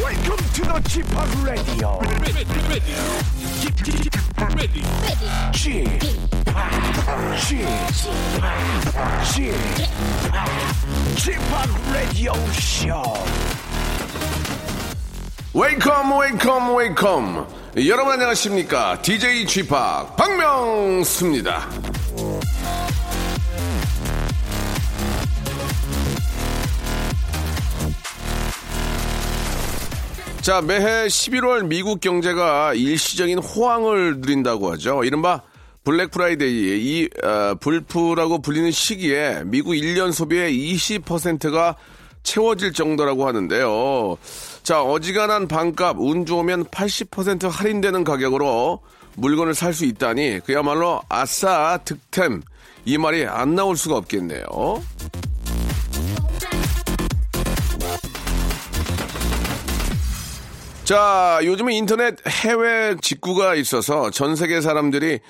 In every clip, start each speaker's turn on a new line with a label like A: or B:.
A: Welcome to the Chip Radio.
B: ready, ready, ready, ready.
A: Chip, Chip, Chip, Chip Radio Show.
C: 웨이컴 웨이컴 웨이컴 여러분 안녕하십니까 DJ g 팍 박명수입니다 자 매해 11월 미국 경제가 일시적인 호황을 누린다고 하죠 이른바 블랙 프라이데이 이 어, 불프라고 불리는 시기에 미국 1년 소비의 20%가 채워질 정도라고 하는데요. 자, 어지간한 반값, 운 좋으면 80% 할인되는 가격으로 물건을 살 수 있다니 그야말로 아싸 득템 이 말이 안 나올 수가 없겠네요. 자, 요즘은 인터넷 해외 직구가 있어서 전 세계 사람들이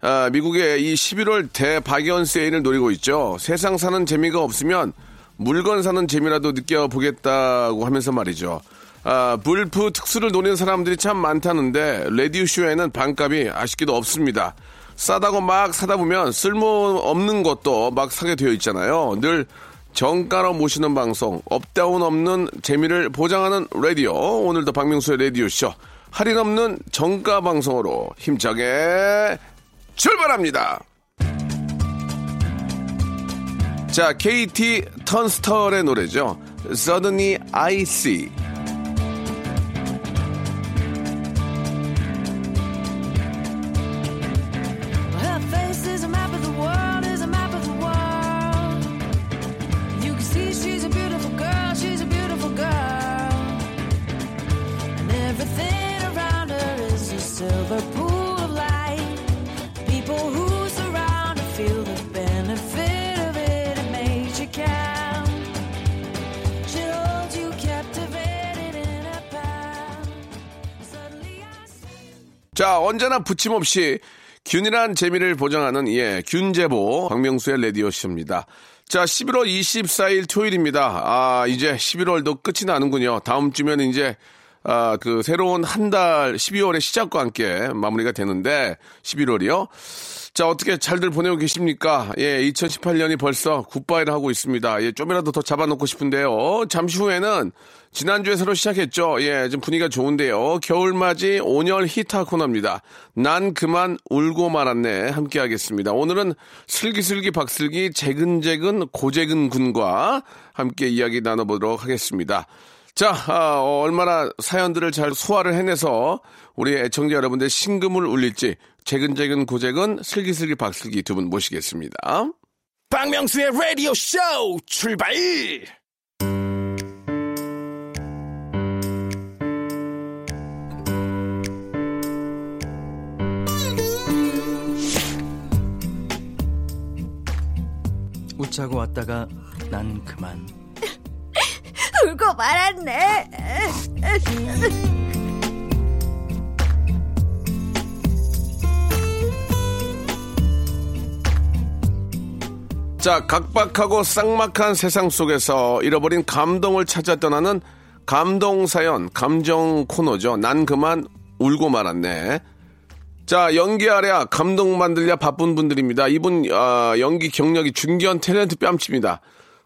C: 아, 미국의 이 11월 대박연 세일을 노리고 있죠. 세상 사는 재미가 없으면 물건 사는 재미라도 느껴보겠다고 하면서 말이죠. 아, 불프 특수를 노리는 사람들이 참 많다는데 레디오쇼에는 반값이 아쉽게도 없습니다. 싸다고 막 사다 보면 쓸모없는 것도 막 사게 되어 있잖아요. 늘 정가로 모시는 방송, 업다운 없는 재미를 보장하는 라디오. 오늘도 박명수의 라디오쇼. 할인 없는 정가 방송으로 힘차게 출발합니다. 자, KT 턴스털의 노래죠. Suddenly I See.
D: Her face is a map of the world, is a map of the world. You can see she's a beautiful girl, she's a beautiful girl. And everything around her is a silver pool of light. People who surround her feel the benefit of it, it makes you count. She'll hold you captivated in her power. Suddenly I see.
C: 자, 언제나 붙임없이 균일한 재미를 보장하는 예, 균제보 박명수의 레디오쇼입니다. 자, 11월 24일 토요일입니다. 아, 이제 11월도 끝이 나는군요. 다음 주면 이제 아, 그 새로운 한 달 12월의 시작과 함께 마무리가 되는데 11월이요. 자, 어떻게 잘들 보내고 계십니까? 예, 2018년이 벌써 굿바이를 하고 있습니다. 예, 좀이라도 더 잡아놓고 싶은데요. 잠시 후에는 지난주에 새로 시작했죠. 예, 지금 분위기가 좋은데요. 겨울맞이 온열 히타 코너입니다. 난 그만 울고 말았네. 함께 하겠습니다. 오늘은 슬기슬기 박슬기 재근재근 고재근 군과 함께 이야기 나눠보도록 하겠습니다. 자, 아, 어, 얼마나 사연들을 잘 소화를 해내서 우리 애청자 여러분들 신금을 울릴지 재근재근 고재근 슬기슬기 박슬기 두 분 모시겠습니다.
A: 박명수의 Radio Show 출발.
E: 웃자고 왔다가 난 그만
F: 울고 말았네.
C: 자, 각박하고 쌍막한 세상 속에서 잃어버린 감동을 찾아 떠나는 감동 사연, 감정 코너죠. 난 그만 울고 말았네. 자, 연기 아래야 감동 만들랴 바쁜 분들입니다. 이분 아, 연기 경력이 중견 탤런트 뺨칩니다.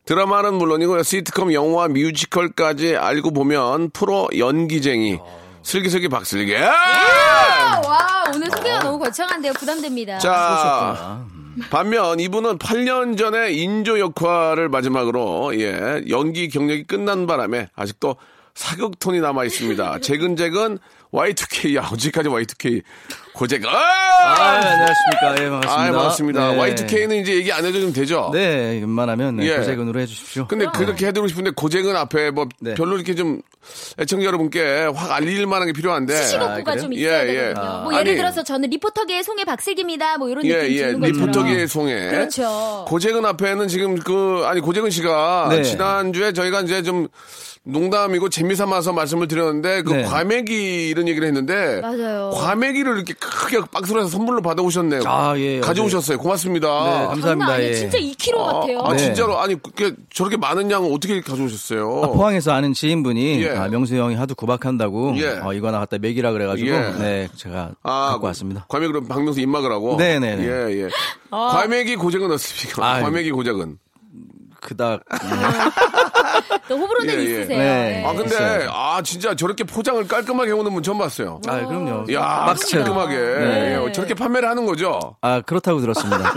C: 드라마는 물론이고 시트콤, 영화, 뮤지컬까지 알고 보면 프로 연기쟁이 슬기슬기 박슬기.
G: 아, 와 오늘 소개가 너무 거창한데요 부담됩니다.
C: 어?
E: 아,
C: 자,
E: 음.
C: 반면 이분은 8년 전에 인조 역할을 마지막으로 예, 연기 경력이 끝난 바람에 아직도 사극 톤이 남아 있습니다. 재근재근 Y2K 야 어제까지 Y2K 고재근.
E: 아,
C: 아,
E: 안녕하십니까 예 반갑습니다
C: 아 반갑습니다.
E: 네.
C: Y2K는 이제 얘기 안 해도 되죠.
E: 네 웬만하면
C: 예.
E: 예. 고색은으로 해주십시오
C: 근데 그렇게 해드리고 싶은데 고재근 앞에 뭐
E: 네.
C: 별로 이렇게 좀 애청자 여러분께 확 알릴 만한 게 필요한데.
G: 시시곡구가
E: 그래요?
G: 좀
C: 예,
G: 있어야
C: 예.
G: 되거든요. 뭐
C: 아니-
G: 예를 들어서 저는 리포터계의 송해 박슬기입니다. 뭐 이런
C: 예,
G: 느낌
C: 예.
G: 주는 것처럼.
C: 리포터기의 송해.
G: 그렇죠.
C: 고재근 앞에는 지금 그, 아니, 고재근 씨가
E: 네.
C: 지난주에 저희가 이제 좀 농담이고 재미삼아서 말씀을 드렸는데 그
E: 네.
C: 과메기 이런 얘기를 했는데
G: 맞아요.
C: 과메기를 이렇게 크게 박스로 해서 선물로 받아오셨네요.
E: 아, 예,
C: 가져오셨어요. 고맙습니다.
E: 네, 감사합니다.
G: 장난 아니에요.
E: 예.
G: 진짜 2kg
C: 아,
G: 같아요.
C: 아,
E: 네.
C: 진짜로 아니 그게 저렇게 많은 양을 어떻게 가져오셨어요?
E: 아, 포항에서 아는 지인분이
C: 예.
E: 아, 명수 형이 하도 구박한다고
C: 예.
E: 어, 이거나 갖다 먹이라 그래가지고
C: 예.
E: 네 제가
C: 아,
E: 갖고 왔습니다.
C: 과메기 그럼 박명수 입막으라고.
E: 네네네.
C: 예 예.
G: 아.
C: 과메기 고작은 어떻습니까?
E: 아,
C: 과메기 고작은.
E: 그닥
G: 또 호불호는
C: 예, 예.
G: 있으세요.
E: 네.
C: 아 근데
E: 있어요.
C: 아 진짜 저렇게 포장을 깔끔하게 해오는 분 처음 봤어요.
E: 아 그럼요.
C: 야
E: 박스채로.
C: 깔끔하게
E: 네.
C: 예, 저렇게 판매를 하는 거죠.
E: 아 그렇다고 들었습니다.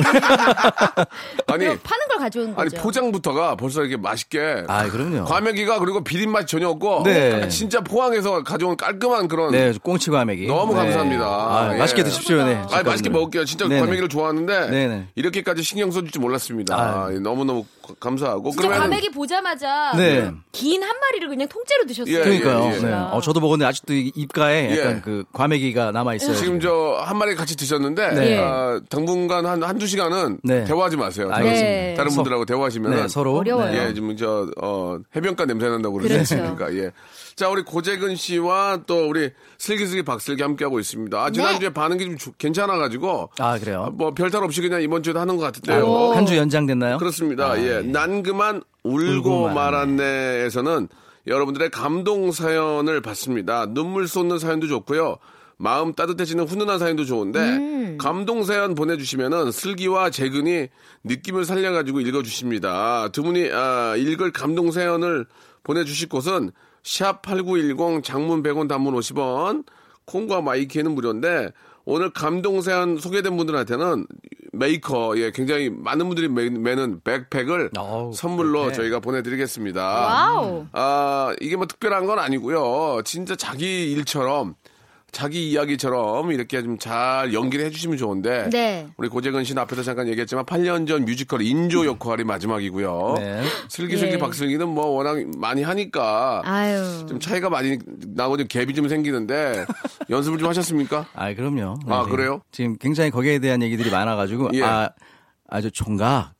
C: 아니
G: 그럼 파는 걸 가져온
C: 아니
G: 거죠.
C: 포장부터가 벌써 이렇게 맛있게.
E: 아 그럼요.
C: 과메기가 그리고 비린 맛이 전혀 없고
E: 네.
C: 진짜 포항에서 가져온 깔끔한 그런
E: 네 꽁치 과메기.
C: 너무
E: 네.
C: 감사합니다.
E: 아,
C: 예.
E: 맛있게 드십시오. 네.
C: 아 맛있게 먹을게요. 진짜
E: 네네.
C: 과메기를 좋아하는데
E: 네네.
C: 이렇게까지 신경 써줄 줄 몰랐습니다.
E: 아.
C: 아, 예, 너무너무 감사하고
G: 진짜
C: 그러면은-
G: 과메기 보자마자
E: 네.
G: 긴 한 마리를 그냥 통째로 드셨어요.
C: 예,
E: 그러니까요.
C: 예, 예.
E: 네. 어, 저도 먹었는데 아직도 이- 입가에 약간
C: 예.
E: 그 과메기가 남아 있어요.
C: 지금 저 한 마리 같이 드셨는데
E: 네.
C: 아, 당분간 한 한두 시간은
E: 네.
C: 대화하지 마세요. 다른,
E: 알겠습니다.
G: 네.
C: 다른 분들하고 대화하시면
E: 네, 서로
G: 어려워요. 그렇죠.
E: 네.
C: 예, 지금 저 어, 해변가 냄새 난다고 그러셨으니까 예. 자, 우리 고재근 씨와 또 우리 슬기슬기 박슬기 함께 하고 있습니다. 아, 지난주에
G: 네.
C: 반응이 좀 주- 괜찮아가지고
E: 아 그래요.
C: 뭐 별탈 없이 그냥 이번 주에도 하는 것
G: 아,
C: 같은데요.
G: 뭐
E: 한 주 연장됐나요?
C: 그렇습니다. 예. 난 그만 울고,
E: 울고
C: 말았네에서는 여러분들의 감동 사연을 받습니다. 눈물 쏟는 사연도 좋고요. 마음 따뜻해지는 훈훈한 사연도 좋은데 감동 사연 보내주시면은 슬기와 재근이 느낌을 살려가지고 읽어주십니다. 두 분이 아, 읽을 감동 사연을 보내주실 곳은 샵8910 장문 100원 단문 50원 콩과 마이키는 무료인데 오늘 감동 사연 소개된 분들한테는 메이커 예 굉장히 많은 분들이 매- 매는 백팩을
E: 아, 어우,
C: 선물로
E: 백팩.
C: 저희가 보내드리겠습니다.
G: 와우.
C: 아 이게 뭐 특별한 건 아니고요. 진짜 자기 일처럼 자기 이야기처럼 이렇게 좀 잘 연기를 해주시면 좋은데
G: 네.
C: 우리 고재근 씨는 앞에서 잠깐 얘기했지만 8년 전 뮤지컬 인조 역할이 마지막이고요.
E: 네.
C: 슬기슬기
G: 예.
C: 박슬기는 뭐 워낙 많이 하니까
G: 아유.
C: 좀 차이가 많이 나고 좀 갭이 좀 생기는데 연습을 좀 하셨습니까?
E: 아 그럼요.
C: 아,
E: 지금-
C: 그래요?
E: 지금 굉장히 거기에 대한 얘기들이 많아가지고
C: 예.
E: 아 아주 총각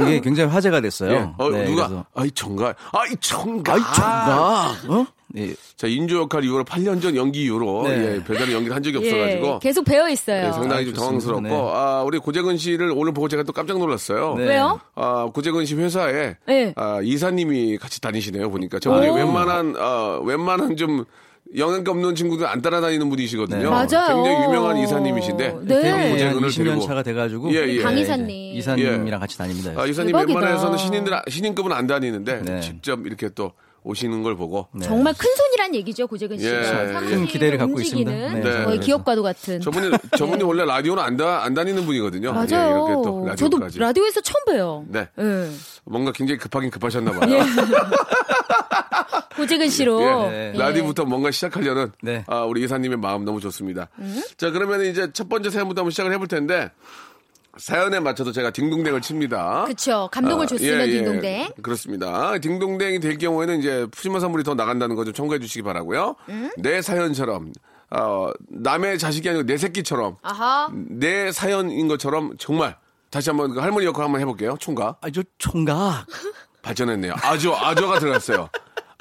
E: 이게 굉장히 화제가 됐어요.
C: 예. 어,
E: 네,
C: 누가?
E: 그래서,
C: 아이, 정갈. 아이, 정갈.
E: 아이 총각 어? 네.
C: 자, 인조 역할 이후로 8년 전 연기 이후로
E: 네.
C: 예, 별다른 연기를 한 적이
G: 예,
C: 없어가지고
G: 계속 배어 있어요.
C: 예, 상당히 좀
E: 아, 좋습니다.
C: 당황스럽고
E: 네.
C: 아, 우리 고재근 씨를 오늘 보고 제가 또 깜짝 놀랐어요.
E: 네.
G: 왜요?
C: 아, 고재근 씨 회사에
G: 네.
C: 아, 이사님이 같이 다니시네요 보니까 저분이 웬만한 아, 웬만한 좀 영향가 없는 친구들 안 따라다니는 분이시거든요.
E: 네.
G: 맞아요.
C: 굉장히 유명한 이사님이신데
G: 네.
E: 대형
G: 네.
E: 모델
C: 고재근을
E: 20년
C: 데리고
E: 차가 돼가지고
C: 예, 예.
G: 강
E: 네,
G: 이사님.
E: 이제 이사님이랑 같이 다닙니다.
C: 아, 이사님
G: 대박이다.
C: 웬만해서는 신인들 신인급은 안 다니는데
E: 네.
C: 직접 이렇게 또 오시는 걸 보고
G: 정말 큰 손이란 얘기죠, 고재근 씨가.
C: 예, 예.
G: 사무실을
E: 큰 기대를 갖고
G: 움직이는
E: 있습니다. 네,
G: 거의
C: 그래서.
G: 기업과도 같은.
C: 저분이 저분이 원래 라디오는 안, 다, 안 다니는 분이거든요.
G: 맞아요.
C: 예, 이렇게 또
G: 저도
C: 라디오까지.
G: 라디오에서 처음 봬요.
C: 네.
G: 예.
C: 뭔가 굉장히 급하긴 급하셨나 봐요.
G: 고재근 씨로.
C: 예.
E: 네.
G: 예.
C: 라디오부터 뭔가 시작하려는
E: 네.
C: 아, 우리 이사님의 마음 너무 좋습니다. 자, 그러면 이제 첫 번째 사연부터 한번 시작을 해볼 텐데 사연에 맞춰서 제가 딩동댕을 칩니다.
G: 그쵸. 감동을
C: 아,
G: 줬으면
C: 예, 예.
G: 딩동댕.
C: 그렇습니다. 딩동댕이 될 경우에는 이제 푸짐한 선물이 더 나간다는 거 좀 청구해 주시기 바라고요.
G: 음?
C: 내 사연처럼 어, 남의 자식이 아니고 내 새끼처럼
G: 아하.
C: 내 사연인 것처럼 정말 다시 한번 그 할머니 역할 한번 해볼게요. 총각
E: 아저 총각
C: 발전했네요. 아저 아저가 들어갔어요.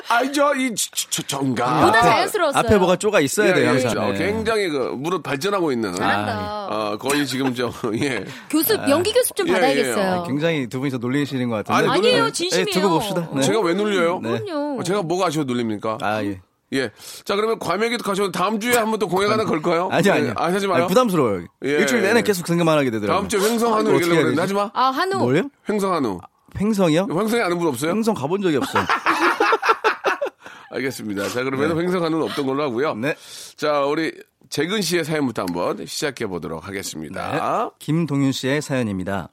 C: 아저 이 저- 저- 총각
G: 아, 보다 자연스러웠어요.
E: 앞에 뭐가 쪼가 있어야
C: 예,
E: 돼요
C: 예,
E: 항상.
C: 저
E: 네.
C: 굉장히 그 무릎 발전하고 있는
G: 잘한다.
C: 어, 거의 지금 저 예.
G: 교습, 연기 교습 좀
C: 예, 예.
G: 받아야겠어요.
C: 아,
E: 굉장히 두 분이서 놀리시는 것 같은데.
C: 아니,
G: 아니에요,
C: 예,
G: 진심이에요.
E: 예, 두고 봅시다. 네.
C: 제가 왜 놀려요?
G: 그럼요.
C: 어, 제가 뭐가 아쉬워 놀립니까?
E: 아 예.
C: 예. 자 그러면 과메기도 가셔도 다음 주에 한번 또 공약 하나 걸까요?
E: 아니 아니.
C: 아, 하지 마요.
E: 부담스러워요.
C: 예,
E: 일주일 내내
C: 예.
E: 계속 생각만 하게 되더라고요.
C: 다음 주에 횡성한우
E: 이거
C: 얘기를
E: 어떻게 해야
C: 그랬는데 하지
E: 되지?
C: 마.
G: 아, 한우.
E: 뭐예요?
C: 횡성한우.
E: 횡성이요?
C: 횡성에 아는 분 없어요?
E: 횡성 가본 적이 없어요.
C: 알겠습니다. 자 그러면 횡성한우는 없던 걸로 하고요.
E: 네.
C: 자 우리 재근 씨의 사연부터 한번 시작해 보도록
F: 네.
C: 하겠습니다.
E: 네, 김동윤 씨의 사연입니다.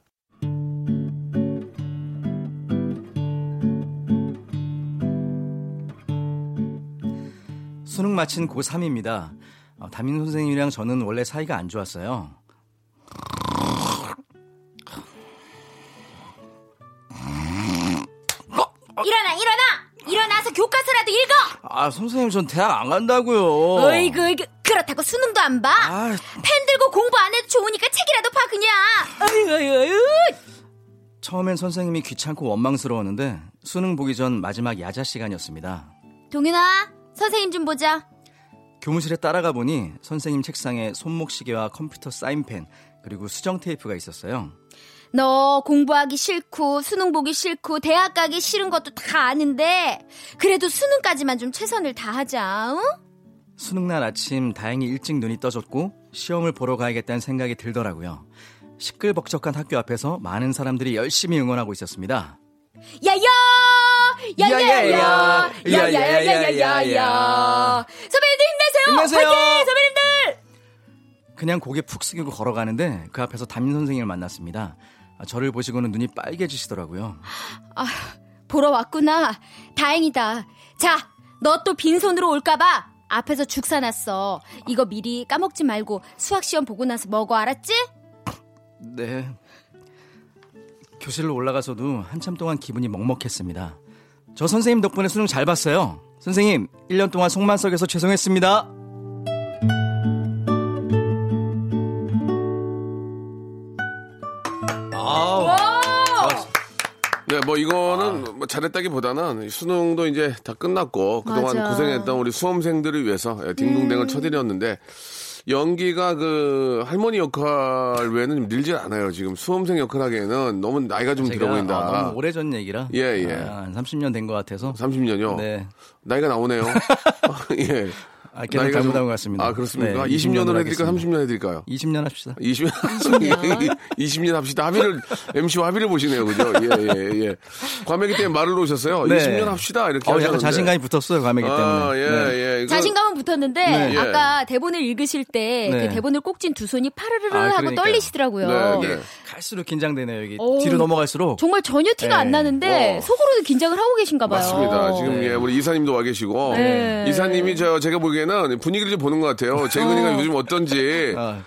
E: 수능 마친 고3입니다. 어, 담임 선생님이랑 저는 원래 사이가 안 좋았어요.
F: 일어나 일어나 일어나서 교과서라도 읽어
E: 아, 선생님 전 대학 안 간다고요.
F: 어이구 어이구 그렇다고 수능도 안 봐
E: 아,
F: 펜 들고 공부 안 해도 좋으니까 책이라도 봐 그냥 어이구 어이구 어이구
E: 처음엔 선생님이 귀찮고 원망스러웠는데 수능 보기 전 마지막 야자 시간이었습니다.
F: 동윤아, 선생님 좀 보자.
E: 교무실에 따라가 보니 선생님 책상에 손목시계와 컴퓨터 사인펜 그리고 수정 테이프가 있었어요.
F: 너 공부하기 싫고 수능 보기 싫고 대학 가기 싫은 것도 다 아는데 그래도 수능까지만 좀 최선을 다하자. 응?
E: 수능날 아침 다행히 일찍 눈이 떠졌고 시험을 보러 가야겠다는 생각이 들더라고요. 시끌벅적한 학교 앞에서 많은 사람들이 열심히 응원하고 있었습니다.
F: 야야! 야야야! 야야야야야야! 선배님들 힘내세요!
E: 힘내세요!
F: 화이팅! 선배님들!
E: 그냥 고개 푹 숙이고 걸어가는데 그 앞에서 담임 선생님을 만났습니다. 아, 저를 보시고는 눈이 빨개지시더라고요.
F: 보러 왔구나. 다행이다. 자, 너 또 빈손으로 올까봐 앞에서 죽 사놨어. 이거 미리 까먹지 말고 수학시험 보고 나서 먹어, 알았지?
E: 네. 교실로 올라가서도 한참 동안 기분이 먹먹했습니다. 저 선생님 덕분에 수능 잘 봤어요. 선생님, 1년 동안 속만 썩여서 죄송했습니다. 아우. 좋았어.
C: 네, 뭐 이거는
E: 아.
C: 뭐 잘했다기보다는 수능도 이제 다 끝났고 그동안
F: 맞아.
C: 고생했던 우리 수험생들을 위해서 예,
E: 음.
C: 딩동댕을 쳐드렸는데 연기가 그 할머니 역할 외에는 좀 늘지 않아요. 지금 수험생 역할 하기에는 너무 나이가 좀 들어
E: 제가 아,
C: 보인다.
E: 너무 오래전 얘기라.
C: 예, 예.
E: 아, 한 30년 된 것 같아서.
C: 30년요.
E: 네.
C: 나이가 나오네요. 예.
E: 아, 계속
C: 나이가 좀-
E: 잘못한 것 같습니다.
C: 아, 그렇습니까?
E: 네,
C: 20년으로 해드릴까요?
E: 하겠습니다.
C: 30년 해드릴까요?
E: 20년 합시다.
C: 20, 20년. 20년 합시다. 합의를, MC와 합의를 보시네요. 그죠? 예, 예, 예. 과메기 때문에 말을 놓으셨어요. 20년 합시다. 이렇게.
E: 네. 어,
C: 하셨는데.
E: 약간 자신감이 붙었어요, 과메기 때문에.
C: 아, 예,
E: 네.
C: 예. 이거-
F: 자신감은 붙었는데
E: 네.
F: 아까 대본을 읽으실 때 그
E: 네.
F: 대본을 꼭 쥔 두 손이 파르르르
E: 아,
F: 하고
E: 그러니까요.
F: 떨리시더라고요.
C: 네, 네.
E: 갈수록 긴장되네요, 여기.
F: 오.
E: 뒤로 넘어갈수록.
F: 정말 전혀 티가
E: 네.
F: 안 나는데
C: 어.
F: 속으로도 긴장을 하고 계신가 봐요.
C: 맞습니다. 지금 예, 우리 이사님도 와 계시고
F: 네.
C: 이사님이 저 제가 보기에는 분위기를 좀 보는 것 같아요. 재근이가 요즘 어떤지
E: 아,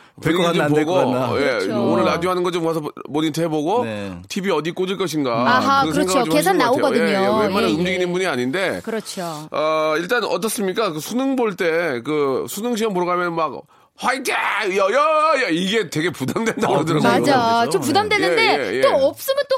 C: 분위기
E: 될것 같나,
C: 좀
E: 안될것
C: 보고
E: 같나.
C: 예,
F: 어. 그렇죠.
C: 오늘 라디오 하는 거 좀 와서 모니터 해보고
E: 네.
C: TV 어디 꽂을 것인가
F: 아하,
C: 그런
F: 그렇죠.
C: 생각을 좀
F: 계산
C: 하시는 것 같아요.
F: 나오거든요.
C: 예, 예. 웬만한
F: 예, 예.
C: 움직이는 분이 아닌데
F: 그렇죠.
C: 어, 일단 어떻습니까? 그 수능 볼 때 그 수능 시험 보러 가면 막 화이팅 여여야 이게 되게 부담된다고
E: 아,
C: 네, 그러더라고요.
E: 굉장히
F: 맞아.
E: 그렇죠.
F: 좀 부담되는데
C: 예, 예, 예.
F: 또 없으면 또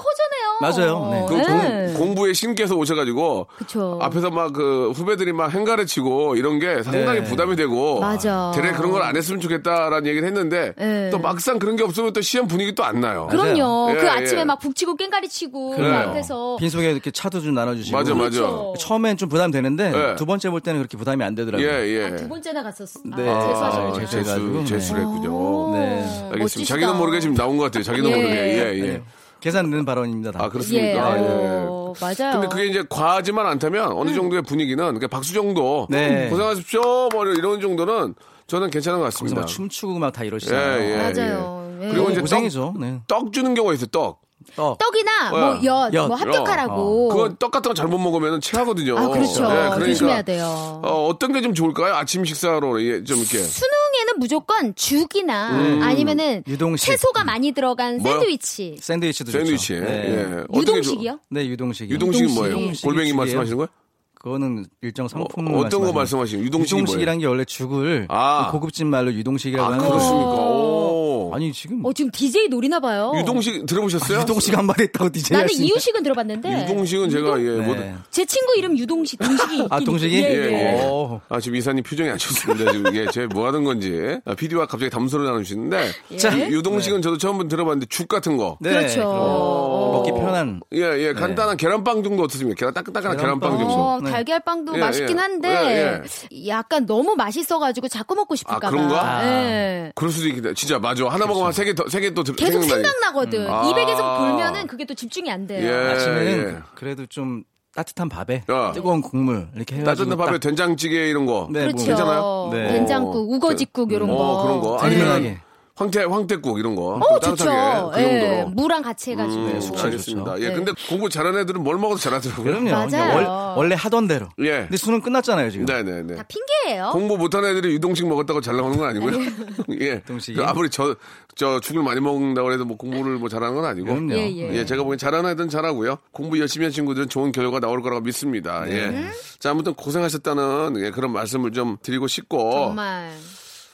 F: 허전해요.
E: 맞아요. 네.
C: 그
F: 네.
C: 공, 부에 신께서 오셔가지고
F: 그쵸.
C: 앞에서 막 그 후배들이 막 행가르치고 이런 게 상당히
E: 네.
C: 부담이 되고
F: 맞아.
C: 대래 그런 걸 안 했으면 좋겠다라는 얘기를 했는데
F: 네.
C: 또 막상 그런 게 없으면 또 시험 분위기 또 안 나요.
F: 그럼요.
C: 예,
F: 그
C: 예.
F: 아침에 막 북치고 깽가리 치고 그
C: 그래요.
F: 앞에서
E: 빈속에 이렇게 차도 좀 나눠주시고.
C: 네. 맞아 맞아.
F: 그렇죠.
E: 처음엔 좀 부담되는데
C: 네.
E: 두 번째 볼 때는 그렇게 부담이 안 되더라고요.
C: 예예.
F: 아, 두 번째나 갔었어. 아,
E: 네.
F: 재수하셨구나.
E: 아,
C: 재수
E: 재수해가지고.
C: 재수 재수를 했군요.
E: 네.
C: 알겠습니다.
F: 멋지시다.
C: 자기는 모르게 지금 나온 것 같아요. 자기는
F: 예.
C: 모르게 예예.
E: 네. 계산되는 발언입니다. 다.
C: 아
F: 예,
C: 그렇습니까?
F: 어, 음. 맞아요.
C: 근데 그게 이제 과하지만 않다면 어느 정도의 분위기는 그러니까 박수 정도
E: 네.
C: 고생하십시오 뭐 이런 정도는 저는 괜찮은 것
E: 그래서
C: 같습니다.
E: 막 춤추고 막 다 이러시잖아요. 어,
C: 예, 예,
F: 맞아요.
C: 예.
F: 예.
C: 그리고 이제 떡,
E: 고생이죠. 네.
C: 떡 주는 경우가 있어요. 떡.
E: 떡.
F: 떡이나
E: 어,
F: 뭐 엿,
E: 엿,
F: 뭐 합격하라고.
C: 어, 그건 떡 같은 거 잘못 먹으면 체하거든요.
F: 아, 그렇죠.
C: 예, 그러니까.
F: 조심해야 돼요.
C: 어, 어떤 게 좀 좋을까요? 아침 식사로 예, 좀 이렇게.
E: 그렇죠.
F: 수능에는 무조건 죽이나 아니면은
E: 유동식. 음.
F: 채소가 많이 들어간
C: 뭐요?
F: 샌드위치.
E: 샌드위치도 좋죠.
C: 샌드위치.
E: 네.
C: 예. 어떤 게
F: 유동식이요?
E: 네, 유동식이.
C: 좋- 유동식은
F: 유동식.
C: 뭐예요?
E: 유동식이
C: 골뱅이
E: 죽이에요?
C: 말씀하시는 거예요?
E: 그거는 일정 상품
C: 어, 어떤 거 말씀하시는 거예요? 유동식이
E: 유동식이란 게 원래 죽을
C: 아.
E: 그 고급진 말로 유동식이라고
C: 아,
E: 하는
C: 그렇습니까?
E: 거예요.
C: 오.
E: 아니 지금
F: 어, 지금 DJ 노리나 봐요.
C: 유동식 들어보셨어요?
E: 유동식 한 마리 있다고 DJ
F: 나는
E: 했으니까.
F: 이유식은 들어봤는데.
C: 유동식은 제가 예,
E: 네.
C: 뭐
F: 제 친구 이름 유동식, 동식이 있긴
E: 아, 동식이?
F: 있고. 예,
C: 예,
F: 예.
C: 예.
E: 오.
C: 아, 지금 이사님 표정이 안 좋습니다. 지금 이게 제 뭐 하는 건지. 아, PD와 갑자기 담소를 나누시는데.
F: 예?
E: 자,
F: 네.
C: 유- 유동식은 저도 처음 들어봤는데 죽 같은 거.
E: 네,
F: 그렇죠.
E: 그럼 어, 먹기 편한 네.
C: 예, 예. 간단한 계란빵 정도 어떻습니까? 계란 따끈따끈한
E: 계란빵.
C: 계란빵 정도.
E: 네.
F: 어, 달걀빵도
C: 예,
F: 맛있긴
C: 예.
F: 한데 약간 너무 맛있어가지고 자꾸 먹고 싶을까
C: 아,
F: 봐.
C: 그런가?
F: 예.
C: 그럴 수도 있겠다. 진짜 맞아. 하나
E: 그렇죠.
C: 먹으면 세 개 더 세 개 또
F: 계속
C: 생각나요.
F: 생각나거든.
C: 아.
F: 입에 계속 돌면은 그게 또 집중이 안 돼요.
C: 예.
E: 아침에는
C: 예.
E: 그래도 좀 따뜻한 밥에
C: 야.
E: 뜨거운 국물 이렇게 해가지고
C: 따뜻한 밥에
E: 딱-
C: 된장찌개 이런 거.
E: 네,
F: 그렇죠.
C: 괜찮아요?
E: 네.
F: 된장국, 우거지국 이런 거.
C: 어, 그런 거. 아니면
E: 든든하게.
C: 황태 황태국 이런 거.
F: 어,
C: 또
F: 좋죠.
C: 따뜻하게 그
F: 예.
C: 정도로.
F: 무랑 같이 해가지고.
C: 음,
E: 숙취 좋죠.
C: 알겠습니다. 예,
F: 네.
C: 근데 공부 잘하는 애들은 뭘 먹어도 잘하더라고요.
E: 그럼요.
F: 맞아요.
E: 그냥 월- 원래 하던 대로.
C: 예.
E: 근데 수능 끝났잖아요 지금.
C: 네네네.
F: 다 핑계예요.
C: 공부 못하는 애들이 유동식 먹었다고 잘 나오는 건 아니고요. 예.
E: 유동식이?
C: 그 아무리 저, 저 죽을 많이 먹는다고 해도 뭐 공부를 뭐 잘하는 건 아니고.
E: 그럼요.
F: 예, 예.
C: 예, 제가 보기엔 잘하는 애들은 잘하고요. 공부 열심히 한 친구들은 좋은 결과가 나올 거라고 믿습니다.
E: 네.
C: 예. 자, 아무튼 고생하셨다는 예, 그런 말씀을 좀 드리고 싶고.
F: 정말.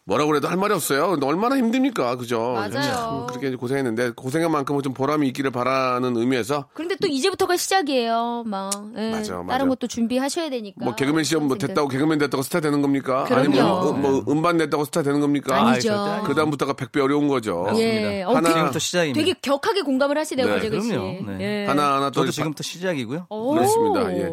C: 뭐라고 해도 할 말이 없어요. 근데 얼마나 힘듭니까? 그죠? 예.
G: 맞아요.
C: 참 그렇게 이제 고생했는데 고생한 만큼은 좀 보람이 있기를 바라는 의미에서
F: 그런데 또 이제부터가 시작이에요. 막 예,
C: 맞아, 맞아.
F: 다른 것도 준비하셔야 되니까.
C: 뭐 개그맨 시험 뭐 됐다고 개그맨 됐다고 스타 되는 겁니까?
F: 그럼요.
C: 아니면 뭐, 뭐 음반 됐다고 스타 되는 겁니까?
F: 아니죠.
E: 아이, 절대 아니죠.
C: 그 다음부터가 백배 어려운 거죠.
E: 네.
F: 예. 어,
C: 하나-
F: 되게,
C: 지금부터
E: 지금부터 시작입니다.
F: 되게 격하게 공감을 하시네요,
C: 네.
F: 네. 그
E: 그럼요. 네.
C: 하나 하나 또
E: 저도 지금부터 시작이고요.
F: 오.
C: 그렇습니다. 예.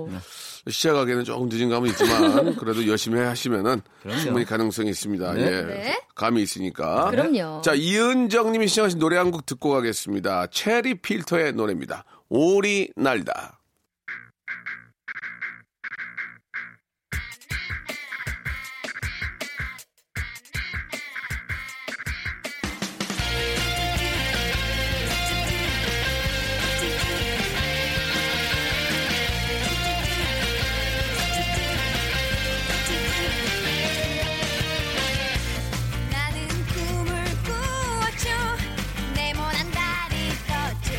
C: 시작하기에는 조금 늦은 감은 있지만 그래도 열심히 하시면은
E: 그럼요.
C: 충분히 뭐 가능성이 있습니다.
E: 그렇죠. 네.
C: 예.
F: 네.
C: 감이 있으니까.
F: 그럼요.
C: 자, 이은정 님이 신청하신 노래 한 곡 듣고 가겠습니다. 체리 필터의 노래입니다. 오리 날다.
H: 나는 꿈을 꾸었죠 네모난 달이 떴죠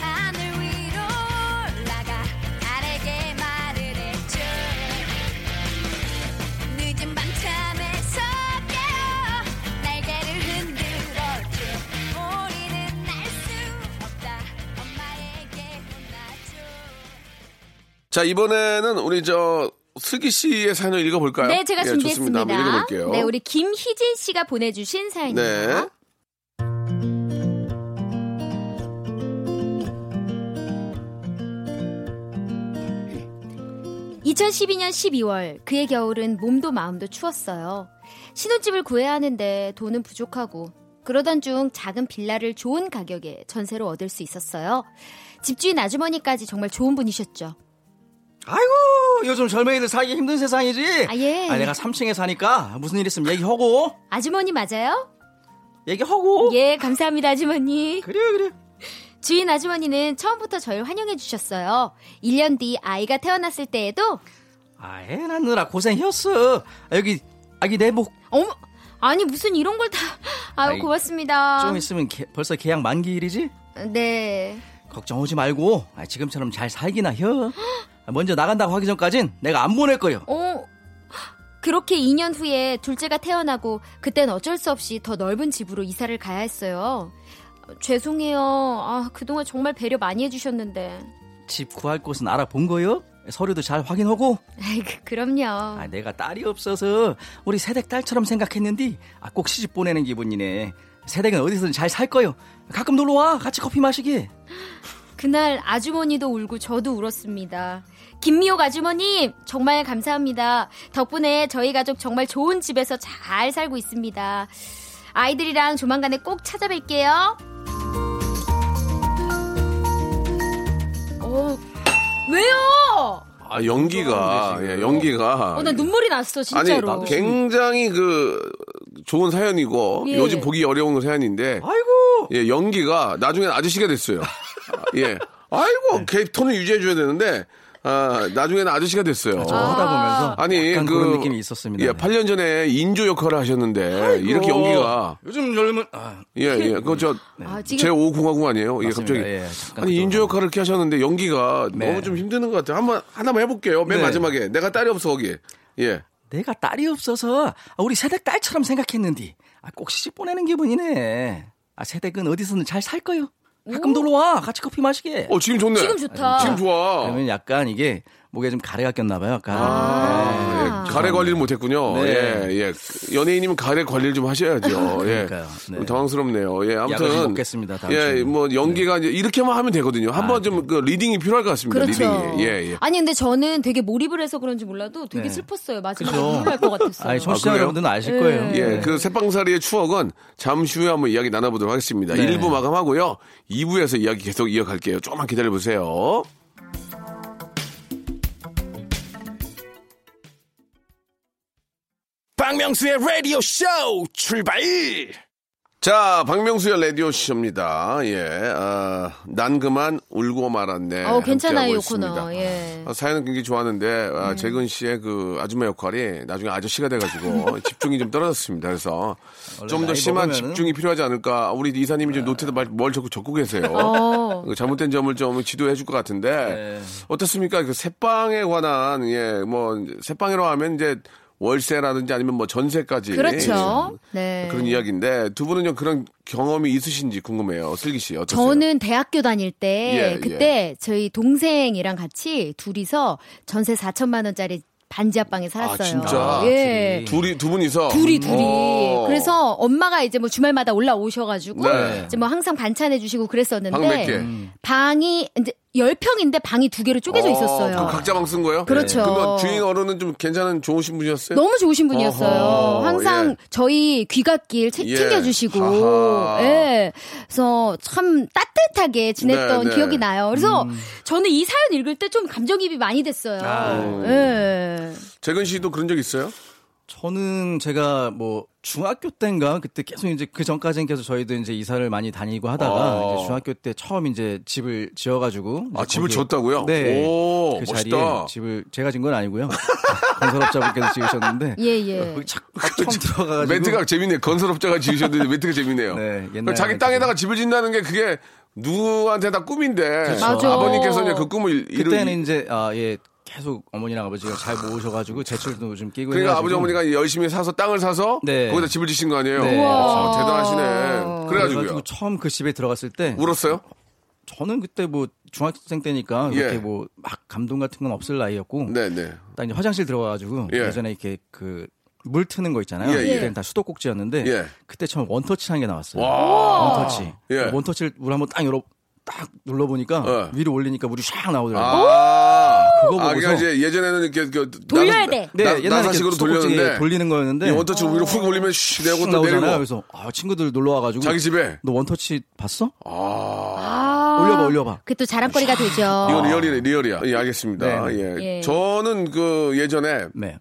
H: 하늘 위로 올라가 달에게 말을 했죠 늦은 밤참에서 깨어 날개를 흔들었죠 우리는 날 수 없다 엄마에게 혼났죠
C: 자, 이번에는 우리 저 슬기 씨의 사연을 읽어 볼까요?
F: 네, 제가 준비했습니다.
C: 예, 좋습니다. 한번 읽어 볼게요.
F: 네, 우리 김희진 씨가 보내주신 사연입니다.
C: 네.
F: 이 2012년 12월 그의 겨울은 몸도 마음도 추웠어요. 신혼집을 구해야 하는데 돈은 부족하고 그러던 중 작은 빌라를 좋은 가격에 전세로 얻을 수 있었어요. 집주인 아주머니까지 정말 좋은 분이셨죠.
E: 아이고 요즘 젊은이들 살기 힘든 세상이지.
F: 아, 예.
E: 내가 3층에 사니까 무슨 일 있으면 얘기하고
F: 아주머니 맞아요?
E: 얘기하고.
F: 예, 감사합니다 아주머니.
E: 그래 그래.
F: 주인 아주머니는 처음부터 저를 환영해 주셨어요. 1년 뒤 아이가 태어났을 때에도
E: 아애 낳느라 고생했어. 아, 여기 아기 내복
F: 어머 아니 무슨 이런 걸 다 아유
E: 아이,
F: 고맙습니다.
E: 좀 있으면 개- 벌써 계약 만기일이지.
F: 네.
E: 걱정 오지 말고 아, 지금처럼 잘 살기나 혀. 아, 먼저 나간다고 하기 전까진 내가 안 보낼 거요.
F: 어 그렇게 2년 후에 둘째가 태어나고 그땐 어쩔 수 없이 더 넓은 집으로 이사를 가야 했어요. 어, 죄송해요. 아 그동안 정말 배려 많이 해주셨는데.
E: 집 구할 곳은 알아본 거요. 서류도 잘 확인하고
F: 아이 그- 그럼요.
E: 아, 내가 딸이 없어서 우리 새댁 딸처럼 생각했는데 아, 꼭 시집 보내는 기분이네. 새댁은 어디서든 잘 살 거요. 가끔 놀러 와 같이 커피 마시게.
F: 그날 아주머니도 울고 저도 울었습니다. 김미옥 아주머님, 정말 감사합니다. 덕분에 저희 가족 정말 좋은 집에서 잘 살고 있습니다. 아이들이랑 조만간에 꼭 찾아뵐게요. 어, 왜요?
C: 아, 연기가 예, 연기가
F: 어, 나 눈물이 났어,
C: 아니,
F: 진짜로.
C: 굉장히 그 좋은 사연이고
F: 예.
C: 요즘 보기 어려운 사연인데
E: 아이고
C: 예, 연기가 나중엔 아저씨가 됐어요. 아, 예. 아이고, 걔 톤을 유지해줘야 되는데, 아, 나중에는 아저씨가 됐어요.
E: 저 하다 보면서
C: 아니,
E: 약간
C: 그,
E: 그, 런 느낌이 있었습니다.
C: 예, 8년 전에 인조 역할을 하셨는데, 이렇게 연기가.
E: 요즘 젊은 아,
C: 예, 예. 그거 저,
F: 아, 지금-
C: 제5공화국 아니에요? 예,
E: 네. 맞습니다.
C: 갑자기.
E: 예, 잠깐
C: 아니,
E: 좀-
C: 인조 역할을 이렇게 하셨는데, 연기가
E: 네.
C: 너무 좀 힘드는 것 같아요. 한 번, 하나만 해볼게요. 맨
E: 네.
C: 마지막에. 내가 딸이 없어, 거기. 예.
E: 내가 딸이 없어서 아, 우리 새댁 딸처럼 생각했는데 아, 꼭 시집 보내는 기분이네. 아, 새댁은 어디서든 잘 살 거요. 가끔 놀러 와 같이 커피 마시게.
C: 어, 지금 좋네.
F: 지금 좋다.
C: 지금 좋아.
E: 그러면 약간 이게 목에 좀 가래가 꼈나 봐요. 네. 아, 약간.
C: 예,
F: 아.
C: 가래 관리를 못했군요.
E: 네.
C: 예, 예. 연예인이면 가래 관리를 좀 하셔야죠.
E: 그러니까요.
C: 예.
E: 네.
C: 당황스럽네요. 예,
E: 약을 좀
C: 아무튼.
E: 먹겠습니다, 다음
C: 예,
E: 주에는. 네. 아,
C: 뭐 연기가 이제 이렇게만 하면 되거든요. 한번 좀 그 리딩이 필요할 것 같습니다.
F: 그렇죠.
C: 리딩이. 예, 예.
F: 아니, 근데 저는 되게 몰입을 해서 그런지 몰라도 되게
E: 네.
F: 슬펐어요. 마지막에
E: 그죠?
F: 눈물 날것 같았어요.
E: 아니, 청취자
C: 아, 그래요?
E: 여러분들은 아실 거예요.
F: 네.
E: 네.
C: 예, 그 새빵사리의 추억은 잠시 후에 한번 이야기 나눠보도록 하겠습니다.
E: 네.
C: 일 1부 마감하고요. 2부에서 이야기 계속 이어갈게요. 조금만 기다려보세요.
A: 박명수의 라디오 쇼 출발!
C: 자, 박명수의 라디오쇼입니다. 예, 아, 난 그만 울고 말았네.
F: 어,
C: 함께하고
F: 괜찮아요, 요 코너.
C: 있습니다.
F: 예. 음.
C: 아, 사연은 굉장히 좋았는데 아, 재근 씨의 그 아줌마 역할이 나중에 아저씨가 돼가지고 집중이 좀 떨어졌습니다. 그래서 좀 더
E: 나이
C: 심한
E: 먹으면은- 네.
C: 집중이 필요하지 않을까. 아, 우리 이사님이 지금 노트에도 말- 뭘 적고 적고 계세요.
F: 어.
C: 그 잘못된 점을 좀 지도해 줄 것 같은데
E: 네.
C: 어떻습니까? 그 새빵에 관한 예뭐 새빵이라고 예, 뭐, 하면 이제 월세라든지 아니면 뭐 전세까지 예.
F: 그렇죠. 네.
C: 그런 이야기인데 두 분은 좀 그런 경험이 있으신지 궁금해요. 슬기 씨 어떠세요?
F: 저는 대학교 다닐 때
C: 예,
F: 그때 저희 동생이랑 같이 둘이서 전세 4천만 원짜리 반지하방에 살았어요.
C: 아, 진짜?
F: 예.
C: 둘이 두 분이서
F: 둘이 둘이.
C: 어.
F: 그래서 엄마가 이제 뭐 주말마다 올라오셔가지고
C: 네.
F: 이제 뭐 항상 반찬해 주시고 그랬었는데
C: 방몇 개?
F: 방이 이제 10평인데 방이 두 개로 쪼개져
C: 어,
F: 있었어요.
C: 그럼 각자 방 쓴 거예요?
F: 그렇죠.
C: 그거 주인 어른은 좀 괜찮은 좋으신 분이었어요?
F: 너무 좋으신 분이었어요.
C: 네. 어허,
F: 항상
C: 예.
F: 저희 귀갓길 채-
C: 예.
F: 챙겨주시고,
C: 하하.
F: 예. 그래서 참 따뜻하게 지냈던
C: 네, 네.
F: 기억이 나요. 그래서 저는 이 사연 읽을 때 좀 감정입이 많이 됐어요.
E: 아,
C: 음.
F: 예.
C: 재근 씨도 그런 적 있어요?
E: 저는 제가 뭐 중학교 때인가 그때 계속 이제 그 전까지는 계속 저희도 이제 이사를 많이 다니고 하다가
C: 어.
E: 이제 중학교 때 처음 이제 집을 지어가지고
C: 아,
E: 이제
C: 집을
E: 거기에-
C: 지었다고요?
E: 네.
C: 오,
E: 그
C: 멋있다.
E: 자리에 집을 제가 진 건 아니고요. 건설업자분께서 지으셨는데 아,
F: 예, 예.
E: 거기 착 처음 들어가가지고
C: 멘트가 재밌네. 요 건설업자가 지으셨는데 멘트가 재밌네요.
E: 네, 옛날
C: 그럼 자기
E: 멘트죠.
C: 땅에다가 집을 짓는다는 게 그게 누구한테 다 꿈인데
F: 맞아.
C: 아버님께서 이제 그 꿈을 이루
E: 그렇죠. 그때는 이제 아 예 계속 어머니랑 아버지가 잘 모으셔가지고 제출도 좀 끼고
C: 그러니까
E: 해가지고.
C: 아버지 어머니가 열심히 사서 땅을 사서
E: 네.
C: 거기다 집을 지신 거 아니에요? 와,
E: 네. 우와.
F: 아.
C: 대단하시네. 그래가지고요.
E: 그래가지고 처음 그 집에 들어갔을 때
C: 울었어요?
E: 저는 그때 뭐 중학생 때니까
C: 예.
E: 그렇게 뭐 막 감동 같은 건 없을 나이였고
C: 네, 네.
E: 딱 이제 화장실 들어가가지고
C: 예.
E: 예. 전에 이렇게 그 물 트는 거 있잖아요.
C: 예, 예.
E: 그때는 다 수도꼭지였는데
C: 예.
E: 그때 처음 원터치 하는 게 나왔어요.
C: 와.
E: 원터치.
C: 예.
E: 원터치를 물 한번 딱 열어 딱 눌러 보니까
C: 예.
E: 위로 올리니까 물이 샥 나오더라고요.
C: 아,
E: 그거
C: 아, 그러니까
E: 보고서- 네,
C: 이제 예전에는 이렇게, 이렇게
F: 돌려야
C: 나-
F: 돼.
C: 나- 나사식으로
E: 이렇게 수도꼭지에
C: 돌렸는데
E: 돌리는
C: 이
E: 거였는데
C: 원터치 위로 훅 올리면 쉬 내고
E: 샥
C: 또
E: 나오잖아요.
C: 내리고
E: 그래서 아, 친구들 놀러 와가지고
C: 자기 집에
E: 너 원터치 봤어?
C: 아,
F: 아.
E: 올려봐, 올려봐.
F: 그게 또 자랑거리가 되죠.
E: 아,
C: 이건 리얼이네 리얼이야. 예, 알겠습니다.
E: 네,
C: 예.
F: 예.
C: 저는 그 예전에
E: 네.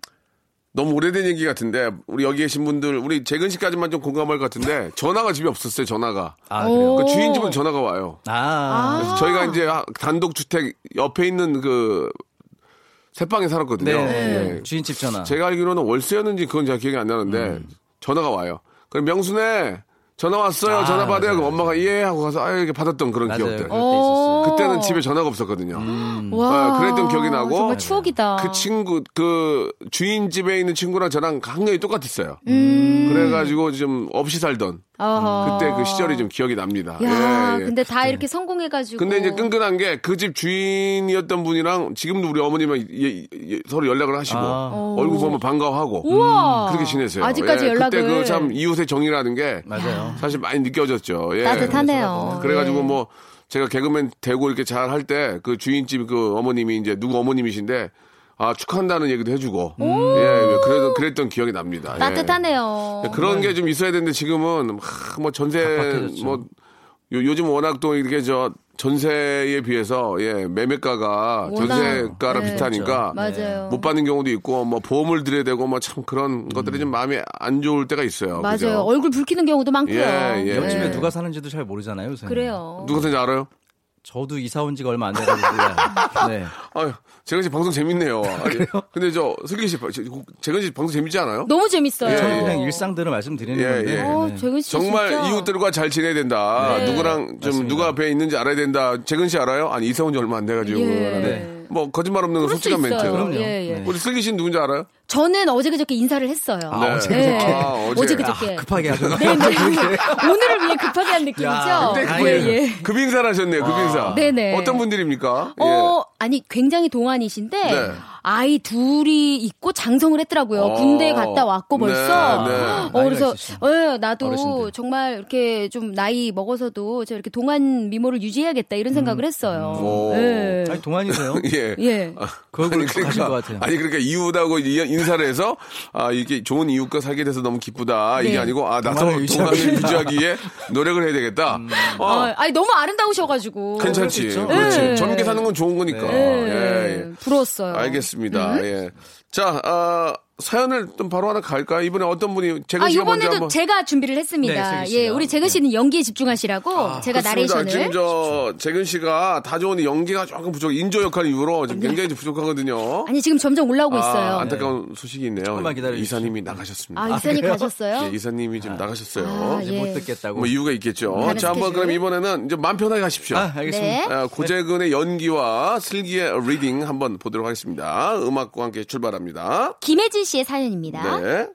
C: 너무 오래된 얘기 같은데 우리 여기 계신 분들 우리 재근 씨까지만 좀 공감할 것 같은데 전화가 집에 없었어요. 전화가
E: 아 그래요.
C: 그 주인 집은 전화가 와요.
E: 아,
C: 그래서 저희가 이제 단독 주택 옆에 있는 그 새방에 살았거든요.
E: 네.
C: 예.
E: 주인집 전화.
C: 제가 알기로는 월세였는지 그건 제가 기억이 안 나는데
E: 음.
C: 전화가 와요. 그럼 명순에 전화 왔어요.
E: 아,
C: 전화 받아요.
E: 맞아요,
C: 그럼 엄마가 예 하고 가서 아 이렇게 받았던 그런
E: 맞아요.
C: 기억들.
E: 그럴 때 있었어요. 음.
C: 그때는 집에 전화가 없었거든요.
F: 와.
C: 아, 그랬던 기억이 나고.
F: 정말 추억이다.
C: 그 친구 그 주인 집에 있는 친구랑 저랑 학년이 똑같았어요.
F: 음.
C: 그래가지고 좀 없이 살던
F: 어허.
C: 그때 그 시절이 좀 기억이 납니다.
F: 아. 야,
C: 예, 예.
F: 근데 다 이렇게 성공해가지고.
C: 근데 이제 끈끈한 게 그 집 주인이었던 분이랑 지금도 우리 어머님이랑 예- 예- 서로 연락을 하시고
E: 아.
C: 얼굴 보면 반가워하고
F: 우와.
C: 그렇게 지내세요.
F: 어, 아직까지
C: 예,
F: 연락을.
C: 그때 그 참 이웃의 정이라는 게
E: 맞아요.
C: 사실 많이 느껴졌죠. 예.
F: 따뜻하네요.
C: 그래가지고
F: 예.
C: 뭐 제가 개그맨 되고 이렇게 잘 할 때 그 주인집 그 어머님이 이제 누구 어머님이신데 아 축한다는 얘기도 해주고 예 그래도 그랬던 기억이 납니다. 예.
F: 따뜻하네요.
C: 그런 게 좀 있어야 되는데 지금은 하, 뭐 전세
E: 답답해졌죠.
C: 뭐 요, 즘 워낙 또 이렇게 저 전세에 비해서 예 매매가가
F: 워낙,
C: 전세가랑
F: 네.
E: 그렇죠.
C: 비슷하니까
F: 맞아요.
C: 못 받는 경우도 있고 뭐 보험을 들여야 되고 뭐 참 그런 것들이 좀 마음이 안 좋을 때가 있어요.
F: 맞아요.
C: 그죠?
F: 얼굴 붉히는 경우도 많고요.
C: 예, 예.
E: 옆집에
C: 네.
E: 누가 사는지도 잘 모르잖아요. 요새.
F: 그래요.
C: 누가 되는지 알아요?
E: 저도 이사 온 지가 얼마 안 돼가지고. 몰라요. 네.
C: 아유, 재근 씨 방송 재밌네요. 아니, 근데 저 슬기 씨, 제- 재근 씨 방송 재밌지 않아요?
F: 너무 재밌어요.
C: 예,
E: 저는 그냥 일상대로 말씀드리는
C: 예,
E: 건데.
C: 예.
F: 어,
E: 네.
F: 재근 씨
C: 정말
F: 진짜.
C: 이웃들과 잘 지내야 된다.
F: 네.
C: 누구랑 좀
E: 맞습니다.
C: 누가 앞에 있는지 알아야 된다. 재근 씨 알아요? 아니 이사 온 지 얼마 안 돼가지고.
F: 예.
C: 라는.
E: 네.
C: 뭐 거짓말 없는 건
F: 그럴 수
C: 솔직한 멘트.
F: 있어요.
E: 그럼요.
F: 예, 예.
E: 네.
C: 우리 슬기 씨는 누군지 알아요?
F: 저는 어제 그저께 인사를 했어요.
E: 아, 어제 그저께.
C: 아, 어제.
F: 어제
E: 아,
F: 그저께.
E: 급하게 하죠.
F: 네, 네. 오늘을 위해 급하게 한 느낌이죠.
E: 야,
C: 근데
E: 아,
C: 그분이
E: 예,
C: 어, 급인사를 하셨네요. 급인사.
F: 아. 네네.
C: 어떤 분들입니까?
F: 어, 아니, 굉장히 동안이신데,
C: 예. 네.
F: 아이 둘이 있고 장성을 했더라고요.
C: 어.
F: 군대 갔다 왔고
C: 네,
F: 벌써.
C: 네.
F: 어,
E: 나이가
F: 그래서,
E: 있으신
F: 예, 나도
E: 어르신들.
F: 정말 이렇게 좀 나이 먹어서도 제가 이렇게 동안 미모를 유지해야겠다
E: 음.
F: 이런 생각을 했어요.
C: 음. 오.
F: 예.
E: 아니, 동안이세요?
C: 예. 예.
F: 예.
E: 그 얼굴 하실 것 같아요.
C: 아니 그러니까 이웃하고 이- 인사를 해서 아 이게 좋은 이웃과 살게 돼서 너무 기쁘다 이게
F: 네.
C: 아니고 아 나도 동안을
E: 동안을 유지하기
C: 유지하기 위해 노력을 해야 되겠다. 아,
F: 어, 아니, 너무 아름다우셔가지고.
C: 괜찮지.
E: 음. 있죠. 네.
C: 그렇지.
F: 네.
C: 젊게 사는 건 좋은 거니까. 예, 예.
F: 예. 부러웠어요.
C: 알겠습니다.
F: 음?
C: 예. 자, 아, 사연을 좀 바로 하나 갈까요? 이번에 어떤 분이 재근
F: 아,
C: 씨가 먼저
F: 이번에도
C: 한번
F: 제가 준비를
E: 네,
F: 했습니다.
E: 재근 씨가.
F: 예, 우리 재근 씨는 연기에 집중하시라고 제가
C: 아, 그렇습니다.
F: 나레이션을.
C: 지금 저 재근 씨가 다 좋은 연기가 조금 부족, 인조 역할 이후로 지금 굉장히 좀 부족하거든요.
F: 네. 아니, 지금 점점 올라오고 있어요.
C: 아, 안타까운 소식이 있네요.
E: 조금만 기다려주십시오.
C: 이사님이 나가셨습니다.
F: 아, 이사님 가셨어요?
C: 예, 이사님이 지금 나가셨어요.
F: 아,
E: 이제
F: 예.
E: 못 듣겠다고.
C: 뭐 이유가 있겠죠.
F: 다른
C: 자, 한번
F: 스케줄?
C: 그럼 이번에는 이제 마음 편하게 하십시오.
E: 아,
F: 네.
E: 알겠습니다.
C: 아, 고재근의 연기와 슬기의 리딩 한번 보도록 하겠습니다. 음악과 함께 출발합니다.
F: 김혜진 씨의 사연입니다.
C: 네.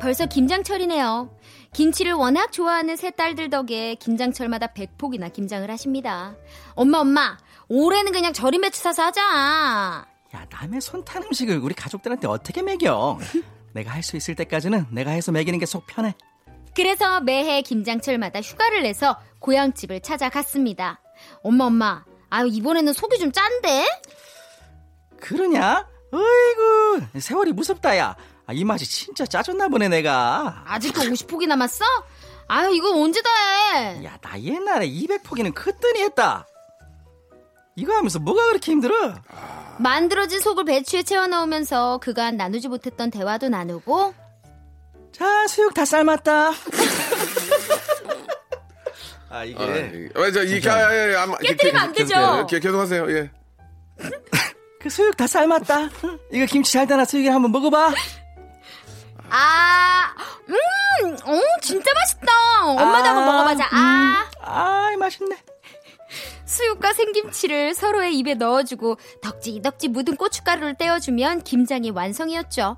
F: 벌써 김장철이네요. 김치를 워낙 좋아하는 세 딸들 덕에 김장철마다 100폭이나 김장을 하십니다. 엄마, 엄마, 올해는 그냥 절임 배추 사서 하자.
E: 야 남의 손탄 음식을 우리 가족들한테 어떻게 먹여? 내가 할 수 있을 때까지는 내가 해서 먹이는 게 속 편해.
F: 그래서 매해 김장철마다 휴가를 내서 고향집을 찾아갔습니다. 엄마, 엄마, 아유, 이번에는 속이 좀 짠데?
E: 그러냐? 어이구 세월이 무섭다야. 아, 이 맛이 진짜 짜졌나 보네 내가.
F: 아직도 50폭이 남았어? 아유, 이건 언제 다 해?
E: 야 나 옛날에 200포기는 그뜨니 했다. 이거 하면서 뭐가 그렇게 힘들어?
F: 만들어진 속을 배추에 채워 넣으면서 그간 나누지 못했던 대화도 나누고
E: 자 수육 다 삶았다. 아 이게
C: 네. 예. 왜저이 아, 예, 깨뜨리면
F: 안 되죠?
C: 계속 하세요. 예.
E: 그 수육 다 삶았다. 이거 김치 잘 담아 수육이 한번 먹어봐.
F: 아, 음, 어, 진짜 맛있다. 엄마도
E: 아, 음.
F: 한번 먹어보자. 아,
E: 아이 맛있네.
F: 수육과 생김치를 서로의 입에 넣어주고 덕지덕지 묻은 고춧가루를 떼어주면 김장이 완성이었죠.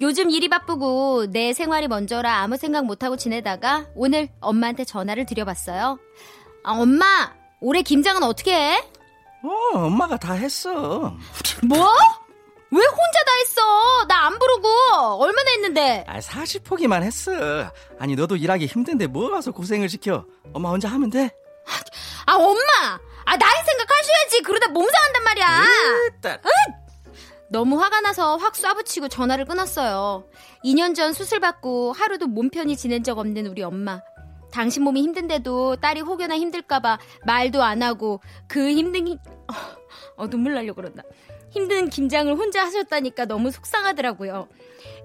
F: 요즘 일이 바쁘고 내 생활이 먼저라 아무 생각 못하고 지내다가 오늘 엄마한테 전화를 드려봤어요. 아, 엄마, 올해 김장은 어떻게 해?
E: 어 엄마가 다 했어.
F: 뭐? 왜 혼자 다 했어? 나 안 부르고 얼마나 했는데?
E: 아 40포기만 했어. 아니 너도 일하기 힘든데 뭐 가서 고생을 시켜. 엄마 혼자 하면 돼.
F: 아 엄마, 아 나이 생각하셔야지. 그러다 몸상한단 말이야.
E: 딸.
F: 너무 화가 나서 확 쏴붙이고 전화를 끊었어요. 2년 전 수술받고 하루도 몸 편히 지낸 적 없는 우리 엄마. 당신 몸이 힘든데도 딸이 혹여나 힘들까봐 말도 안 하고 그 힘든 힘... 어, 어, 눈물 나려 그런다. 힘든 김장을 혼자 하셨다니까 너무 속상하더라고요.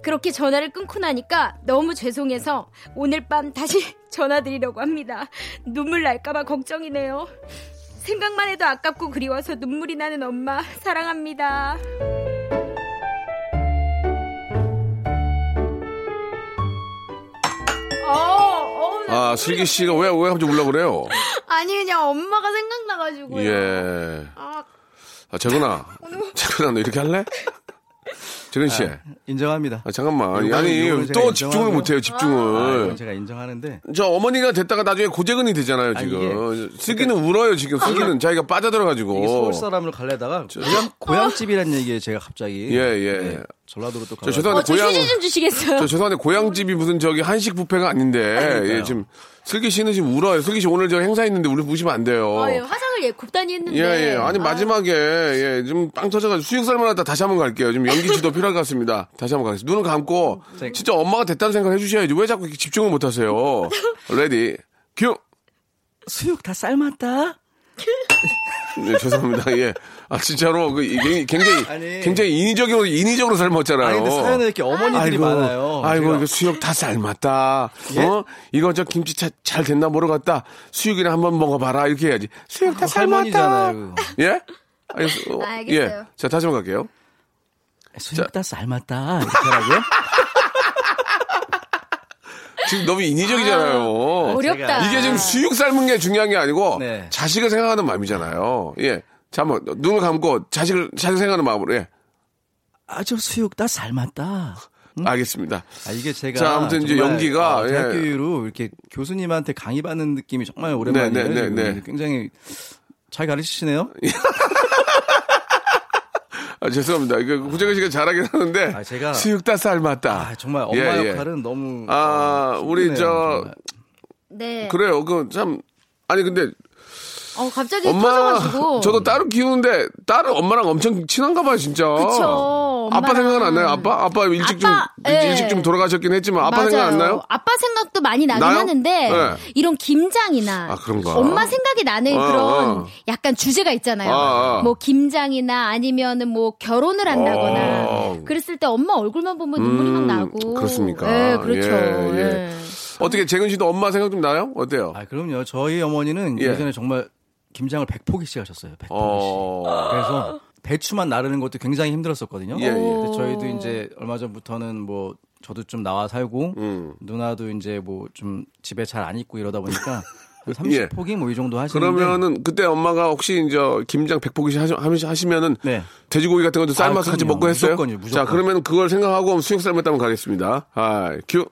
F: 그렇게 전화를 끊고 나니까 너무 죄송해서 오늘 밤 다시 전화드리려고 합니다. 눈물 날까봐 걱정이네요. 생각만 해도 아깝고 그리워서 눈물이 나는 엄마 사랑합니다. 어,
C: 아 슬기 씨가 왜왜 갑자기 울라 그래요?
F: 아니 그냥 엄마가 생각나가지고
C: 예. 아 재근아, 재근아 너 이렇게 할래? 재근 씨,
E: 인정합니다.
C: 아, 잠깐만.
E: 요거는-
C: 아니
E: 요거는 제가
C: 또 집중을
E: 인정하고요.
C: 못해요
E: 아,
C: 집중을.
E: 이건 제가 인정하는데
C: 저 어머니가 됐다가 나중에 고재근이 되잖아요
E: 아, 그러니까
C: 지금. 슬기는 울어요 지금. 슬기는 자기가
E: 이게
C: 빠져들어가지고.
E: 서울 사람으로 갈래다가 고향 고향집이라는 얘기에 제가 갑자기
C: 예, 예.
E: 네. 전라도로 또
C: 저
E: 가.
C: 죄송한데
F: 어, 저
C: 고향.
F: 휴지 좀 주시겠어요?
C: 저 죄송한데 고향집이 무슨 저기 한식 뷔페가 아닌데
E: 그러니까요.
C: 예, 지금 슬기 씨는 지금 울어요. 슬기 씨 오늘 저 행사 있는데 우리 보시면 안 돼요.
F: 아, 예, 네. 화상을 예, 곱다니 했는데
C: 어. 예, 예. 아니, 마지막에, 예, 좀 빵 터져가지고 수육 삶아놨다 다시 한번 갈게요. 지금 연기 지도 필요할 것 같습니다. 다시 한번 가겠습니다. 눈을 감고,
E: 자,
C: 진짜 엄마가 됐다는 생각을 해주셔야지. 왜 자꾸 이렇게 집중을 못 하세요? 레디, 큐!
E: 수육 다 삶았다.
C: 예, 죄송합니다. 예. 아, 진짜로, 그, 이게 굉장히,
E: 아니.
C: 굉장히 인위적으로, 인위적으로 삶았잖아요.
E: 아니 근데 사연에 이렇게 어머니들이 많아요.
C: 아이고,
E: 제가-
C: 이거 수육 다 삶았다.
E: 예?
C: 어? 이거 저 김치 차, 잘 됐나 모르겠다. 수육이나 한번 먹어봐라. 이렇게 해야지. 수육 다
E: 어,
C: 삶았다.
E: 할머니잖아요,
C: 예? 아니, 어,
F: 알겠어요.
C: 예. 자, 다시 한번 갈게요.
E: 수육 다 삶았다. 이렇게 하라고요?
C: 지금 너무 인위적이잖아요.
F: 어렵다.
C: 뭐. 이게 지금 수육 삶은 게 중요한 게 아니고
E: 네.
C: 자식을 생각하는 마음이잖아요. 예. 자, 한번 눈을 감고 자식을 자식 생각하는 마음으로 예.
E: 아저 수육 다 삶았다.
C: 알겠습니다.
E: 아 이게 제가
C: 자, 아무튼 이제
E: 정말,
C: 연기가,
E: 아, 대학교
C: 예.
E: 이후로 이렇게 교수님한테 강의 받는 느낌이 정말 오랜만이에요.
C: 네, 네,
E: 지금.
C: 네, 예. 네.
E: 굉장히 잘 가르치시네요.
C: 아, 죄송합니다. 이거 구재근 씨가 잘하긴 하는데
E: 아, 제가-
C: 수육 다 삶았다.
E: 아 정말 엄마
C: 예, 예.
E: 역할은 너무
C: 아, 우리
E: 힘드네요,
C: 저
E: 정말.
F: 네.
C: 그래요. 그 참 아니 근데
F: 어 갑자기
C: 엄마
F: 터져가지고
C: 저도 딸을 키우는데 딸은 엄마랑 엄청 친한가 봐요, 진짜.
F: 그쵸,
C: 아빠
F: 엄마랑.
C: 생각은 안 나요? 아빠 아빠 일찍
F: 아빠,
C: 좀
F: 예.
C: 일찍 좀 돌아가셨긴 했지만 아빠
F: 맞아요.
C: 생각 안 나요?
F: 아빠 생각도 많이 나긴
C: 나요?
F: 하는데
C: 네.
F: 이런 김장이나
C: 아, 그런가?
F: 엄마 생각이 나는
C: 아,
F: 그런
C: 아.
F: 약간 주제가 있잖아요.
C: 아, 아.
F: 뭐 김장이나 아니면은 뭐 결혼을 한다거나
C: 아.
F: 그랬을 때 엄마 얼굴만 보면 눈물이 막
C: 음,
F: 나고
C: 그렇습니까?
F: 네, 그렇죠.
C: 예, 예.
F: 예.
C: 어떻게 재근 씨도 엄마 생각 좀 나요? 어때요?
E: 아 그럼요. 저희 어머니는
C: 예.
E: 예전에 정말 김장을 100포기씩 하셨어요. 100포기씩.
C: 어.
E: 그래서 배추만 나르는 것도 굉장히 힘들었었거든요.
C: 예, 예.
E: 근데 저희도 이제 얼마 전부터는 뭐
C: 음.
E: 저도 좀 나와 살고 누나도 이제 뭐 좀 집에 잘 안 있고 이러다 보니까 한
C: 예.
E: 30포기 뭐 이 정도 하시는데
C: 그러면은 그때 엄마가 혹시 이제 김장 100포기씩 하시, 하시면은
E: 네.
C: 돼지고기 같은 것도 삶아서
E: 아,
C: 같이
E: 그럼요.
C: 먹고 했어요?
E: 무조건이요, 무조건.
C: 자, 그러면 그걸 생각하고 수육 삶았다면 가겠습니다. 아, 큐.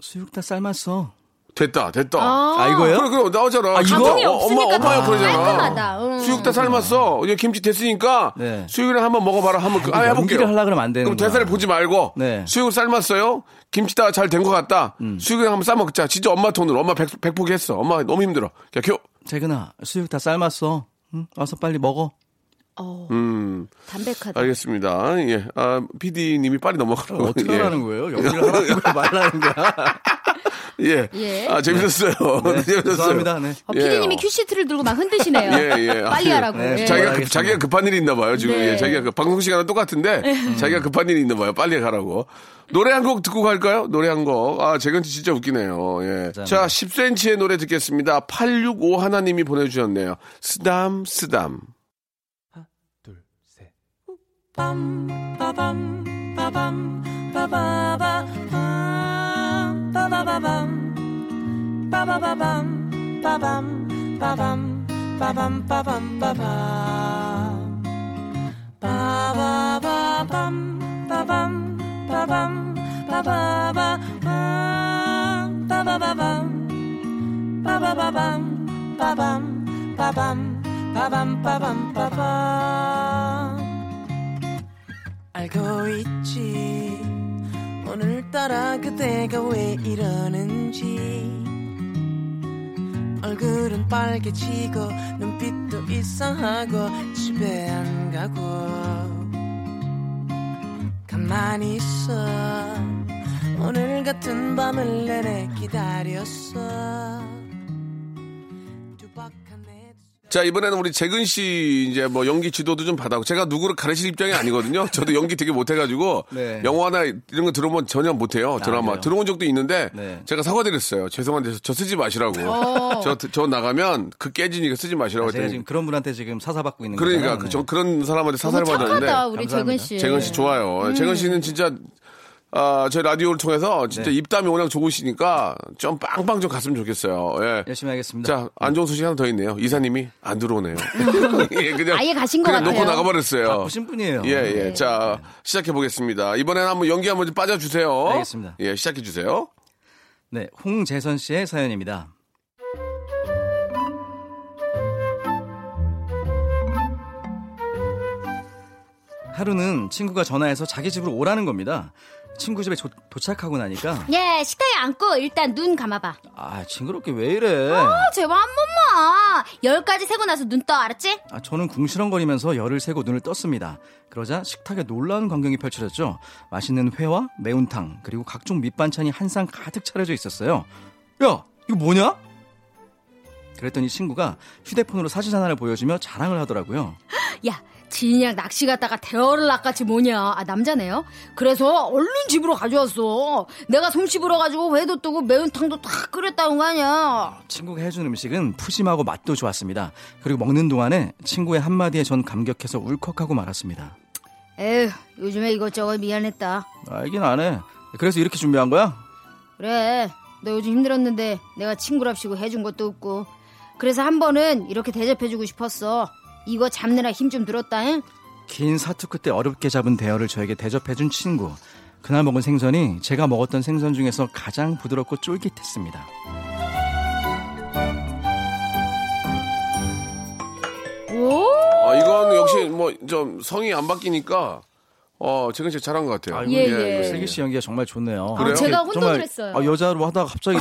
E: 수육 다 삶았어.
C: 됐다, 됐다.
E: 아, 이거예요?
C: 그래, 그래, 나오잖아.
E: 이거?
C: 어, 엄마,
G: 없으니까
C: 엄마야,
G: 더
C: 그러잖아.
G: 깔끔하다. 음.
C: 수육 다 삶았어. 이제 김치 됐으니까.
E: 네.
C: 수육이랑 한번 먹어봐라. 한번, 그- 아, 해볼게요.
E: 연기를 하려 그러면 안 되는
C: 그럼 대사를 보지 말고.
E: 네. 음.
C: 수육을 삶았어요. 김치 다 잘 된 것 같다. 수육이랑 한번 싸먹자. 진짜 엄마 돈으로. 엄마 백, 백포기 했어. 엄마 너무 힘들어. 야, 교.
E: 재근아 수육 다 삶았어. 응? 와서 빨리 먹어.
F: 어, 담백하다.
C: 알겠습니다. 예. 아, PD님이 빨리 넘어가라고.
E: 어떻게
C: 예.
E: 하라는 거예요? 연기를 하라는 거야 말라는 거야.
C: 예.
F: 예.
C: 아, 재밌었어요.
E: 네,
C: 재밌었어요.
E: 죄송합니다. 네.
F: 어,
C: 예.
F: 피디님이 큐시트를 들고 막 흔드시네요.
C: 예, 예. 아,
F: 빨리
C: 예.
F: 하라고.
E: 네,
F: 예.
C: 자기가, 급,
E: 알겠습니다.
C: 자기가 급한 일이 있나 봐요, 지금.
F: 네.
C: 예, 자기가 그 방송 시간은 똑같은데,
E: 음.
C: 자기가 급한 일이 있나 봐요. 빨리 가라고. 노래 한 곡 듣고 갈까요? 노래 한 곡. 아, 재근 씨 진짜 웃기네요. 예. 자, 10cm의 노래 듣겠습니다. 865 하나님이 보내주셨네요. 쓰담, 쓰담.
D: 빠밤 빠밤 빠밤 빠바바 밤 빠바바밤 빠바바밤 빠밤 빠밤 빠밤 빠밤 빠밤 빠바바밤 빠밤 빠밤 빠바바 밤 빠바바밤 빠바바밤 빠밤 빠밤 빠밤 빠밤 빠밤 알고 있지 오늘따라 그대가 왜 이러는지 얼굴은 빨개지고 눈빛도 이상하고 집에 안 가고 가만히 있어 오늘 같은 밤을 내내 기다렸어 두박한 내
C: 자, 이번에는 우리 재근 씨 이제 뭐 연기 지도도 좀 받아. 제가 누구를 가르칠 입장이 아니거든요. 저도 연기 되게 못해가지고
E: 네. 아,
C: 영화나 이런 거 들어본 전혀 못해요. 드라마
E: 그래요?
C: 들어본 적도 있는데
E: 네.
C: 제가 사과드렸어요. 죄송한데 저 쓰지 마시라고.
F: 어.
C: 저 저 나가면 그 깨지니까 쓰지 마시라고
E: 아, 제가
C: 했더니
E: 지금 네. 그런 분한테 지금 사사받고 있는 거예요.
C: 그러니까 그, 저 그런 사람한테 사사를
F: 너무
C: 받았는데
F: 뭐 착하다 우리 음. 재근
E: 감사합니다.
F: 씨.
C: 재근 씨 좋아요. 재근 씨는 진짜 아, 저희 라디오를 통해서 진짜
E: 네.
C: 입담이 워낙 좋으시니까 좀 빵빵 좀 갔으면 좋겠어요. 예.
E: 네. 열심히 하겠습니다.
C: 자, 안 좋은 소식 하나 더 있네요. 이사님이 안 들어오네요. 예, 그냥
F: 아예 가신 것
C: 그냥 놓고
F: 같아요. 네.
C: 나가버렸어요.
E: 바쁘신 분이에요.
C: 예, 예. 자, 시작해 보겠습니다. 이번에는 한번 연기 한번 좀 빠져주세요.
E: 알겠습니다.
C: 예, 시작해 주세요.
E: 네, 홍재선 씨의 사연입니다. 하루는 친구가 전화해서 자기 집으로 오라는 겁니다. 친구 집에 조- 도착하고 나니까
F: 예, 식탁에 앉고 일단 눈 감아봐.
E: 아 징그럽게 왜 이래?
F: 아, 제발 한 번만. 열 가지 세고 나서 눈 떠, 알았지?
E: 아, 저는 궁시렁거리면서 열을 세고 눈을 떴습니다. 그러자 식탁에 놀라운 광경이 펼쳐졌죠. 맛있는 회와 매운탕 그리고 각종 밑반찬이 한 상 가득 차려져 있었어요. 야 이거 뭐냐? 그랬더니 친구가 휴대폰으로 사진 하나를 보여주며 자랑을 하더라고요.
F: 야, 진이랑 낚시 갔다가 대어를 낚았지 뭐냐. 아, 남자네요. 그래서 얼른 집으로 가져왔어. 내가 솜씨 불어가지고 회도 뜨고 매운탕도 다 끓였다는 거 아니야.
E: 친구가 해준 음식은 푸짐하고 맛도 좋았습니다. 그리고 먹는 동안에 친구의 한마디에 전 감격해서 울컥하고 말았습니다.
F: 에휴, 요즘에 이것저것 미안했다.
E: 알긴 아, 안 해. 그래서 이렇게 준비한 거야?
F: 그래, 너 요즘 힘들었는데 내가 친구랍시고 해준 것도 없고. 그래서 한 번은 이렇게 대접해주고 싶었어. 이거 잡느라 힘 좀 들었다잉.
E: 긴 사투 끝에 어렵게 잡은 대어를 저에게 대접해준 친구. 그날 먹은 생선이 제가 먹었던 생선 중에서 가장 부드럽고 쫄깃했습니다.
C: 아, 이건 역시 뭐 좀 성이 안 바뀌니까 어, 재근 씨 잘한 것 같아요.
E: 아이고,
F: 예, 예.
E: 슬기 그 씨 연기가 정말 좋네요. 아,
C: 그래요?
F: 아, 제가 혼동을
E: 정말,
F: 했어요. 어,
E: 아, 여자로 하다가 갑자기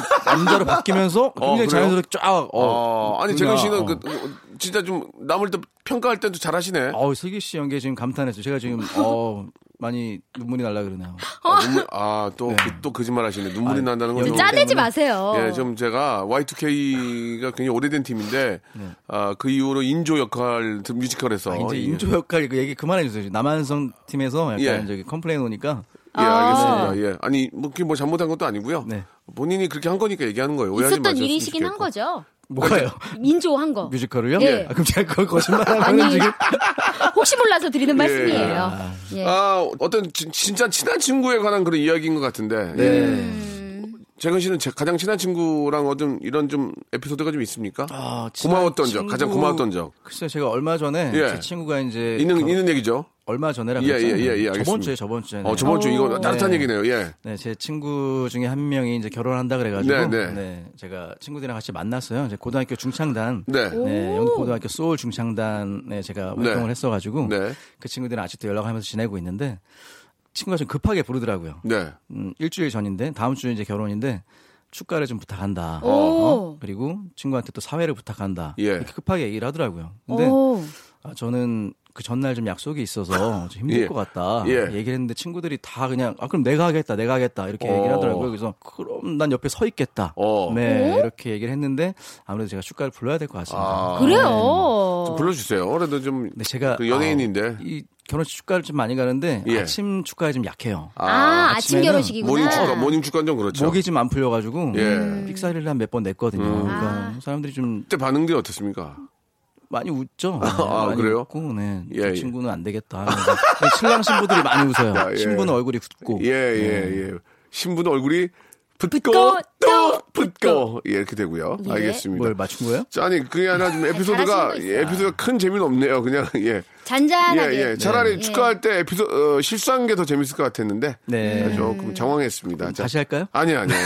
E: 남자로 바뀌면서 굉장히
C: 그래요?
E: 자연스럽게 쫙. 어.
C: 어, 아니 재근
E: 그냥,
C: 씨는
E: 어.
C: 그 어, 진짜 좀 남을 또 평가할 때도 잘하시네.
E: 어, 슬기 씨 연기에 지금 감탄했어요. 제가 지금 어, 많이 눈물이 날라 그러네요.
C: 아, 눈물, 아, 또,
E: 네.
C: 그, 또 거짓말 하시네. 눈물이 난다는 건
E: 여기
C: 좀.
F: 짜내지 마세요.
C: 예, 좀 제가 Y2K가 굉장히 오래된 팀인데, 아, 그 이후로 인조 역할, 뮤지컬에서.
E: 네. 아, 이제
C: 예.
E: 인조 역할 그 얘기 그만해 주세요. 남한성 팀에서 약간
C: 예.
E: 저기 컴플레인 오니까
C: 예, 알겠습니다. 예. 아니, 뭐, 그게 뭐 잘못한 것도 아니고요.
E: 네.
C: 본인이 그렇게 한 거니까 얘기하는 거예요. 오해하지
F: 있었던
C: 마세요.
F: 일이시긴 한
C: 좋겠고.
F: 거죠.
E: 뭐가요?
F: 인조한 거.
E: 뮤지컬을요?
F: 어, 예.
E: 아, 그럼 제가 그걸 거짓말하면
F: 아니
E: 지금
F: 혹시 몰라서 드리는 말씀이에요. 예.
E: 네.
F: 음.
C: 아, 어떤 진, 진짜 친한 친구에 관한 그런 이야기인 것 같은데. 예. 재근 씨는 제 가장 친한 친구랑 어좀 이런 좀 에피소드가 좀 있습니까?
E: 아, 친한
C: 고마웠던 적,
E: 친구-
C: 가장 고마웠던 적.
E: 글쎄요, 제가 얼마 전에
C: 예.
E: 제 친구가 이제
C: 있는
E: 결-
C: 있는 얘기죠.
E: 얼마 전에라
C: 예,
E: 그랬잖아요.
C: 예, 예, 예, 알겠습니다.
E: 저번 주에 저번 주에.
C: 어 저번 주 이거
E: 오.
C: 따뜻한
E: 네.
C: 얘기네요. 예.
E: 네, 제 친구 중에 한 명이 이제 결혼한다 그래가지고,
C: 네, 네.
E: 네, 제가 친구들이랑 같이 만났어요. 이제 고등학교 중창단,
C: 네.
E: 네, 영도 고등학교 소울 중창단에 제가 활동을
C: 네.
E: 했어가지고,
C: 네.
E: 그 친구들은 아직도 연락하면서 지내고 있는데 친구가 좀 급하게 부르더라고요.
C: 네.
E: 음, 일주일 전인데 다음 주에 이제 결혼인데 축가를 좀 부탁한다. 어?
F: 오.
E: 그리고 친구한테 또 사회를 부탁한다.
C: 예.
E: 이렇게 급하게 얘기를 하더라고요. 근데
F: 오.
E: 아, 저는 그 전날 좀 약속이 있어서 좀 힘들
C: 예.
E: 것 같다.
C: 예.
E: 얘기를 했는데 친구들이 다 그냥 아 그럼 내가 하겠다, 내가 하겠다 이렇게 얘기를
C: 어.
E: 하더라고요. 그래서 그럼 난 옆에 서 있겠다.
C: 어.
E: 네 이렇게 얘기를 했는데 아무래도 제가 축가를 불러야 될 것 같습니다.
C: 아.
F: 그래요.
C: 좀 불러주세요. 그래도 좀
E: 근데 제가
C: 그 연예인인데
E: 아, 이 결혼식 축가를 좀 많이 가는데
C: 예.
E: 아침 축가에 좀 약해요.
C: 아,
F: 아,
C: 뭐
F: 아, 침
E: 아침에는
F: 결혼식이구나.
C: 모닝 축가 모닝 축가는 좀 그렇죠.
E: 목이 좀 안 풀려가지고
F: 음.
C: 예. 음.
E: 픽사리를 한 몇 번 냈거든요. 그러니까
F: 아.
E: 사람들이 좀
C: 그때 반응들이 어떻습니까?
E: 많이 웃죠.
C: 아,
E: 많이
C: 그래요?
E: 웃고, 네.
C: 예,
E: 저
C: 예.
E: 친구는 안 되겠다. 하면서. 네, 신랑 신부들이 많이 웃어요.
C: 아, 예.
E: 신부는 얼굴이 붓고.
C: 예,
E: 네.
C: 예, 예. 신부는 얼굴이 붓고,
F: 붓고,
C: 또 붓고. 예, 이렇게 되고요.
F: 예.
C: 알겠습니다.
E: 뭘 맞춘 거예요?
C: 자, 아니, 그게 하나 좀
F: 잘하신
C: 에피소드가,
F: 거 있어요.
C: 예, 에피소드가 큰 재미는 없네요. 그냥, 예. 예,
F: 잔잔하게. 네.
C: 예. 차라리 축하할 때 에피소 어, 실수한 게 더 재밌을 것 같았는데.
E: 네.
C: 예, 조금
F: 음.
C: 당황했습니다. 자,
E: 다시 할까요?
C: 아니, 아니.
F: 네.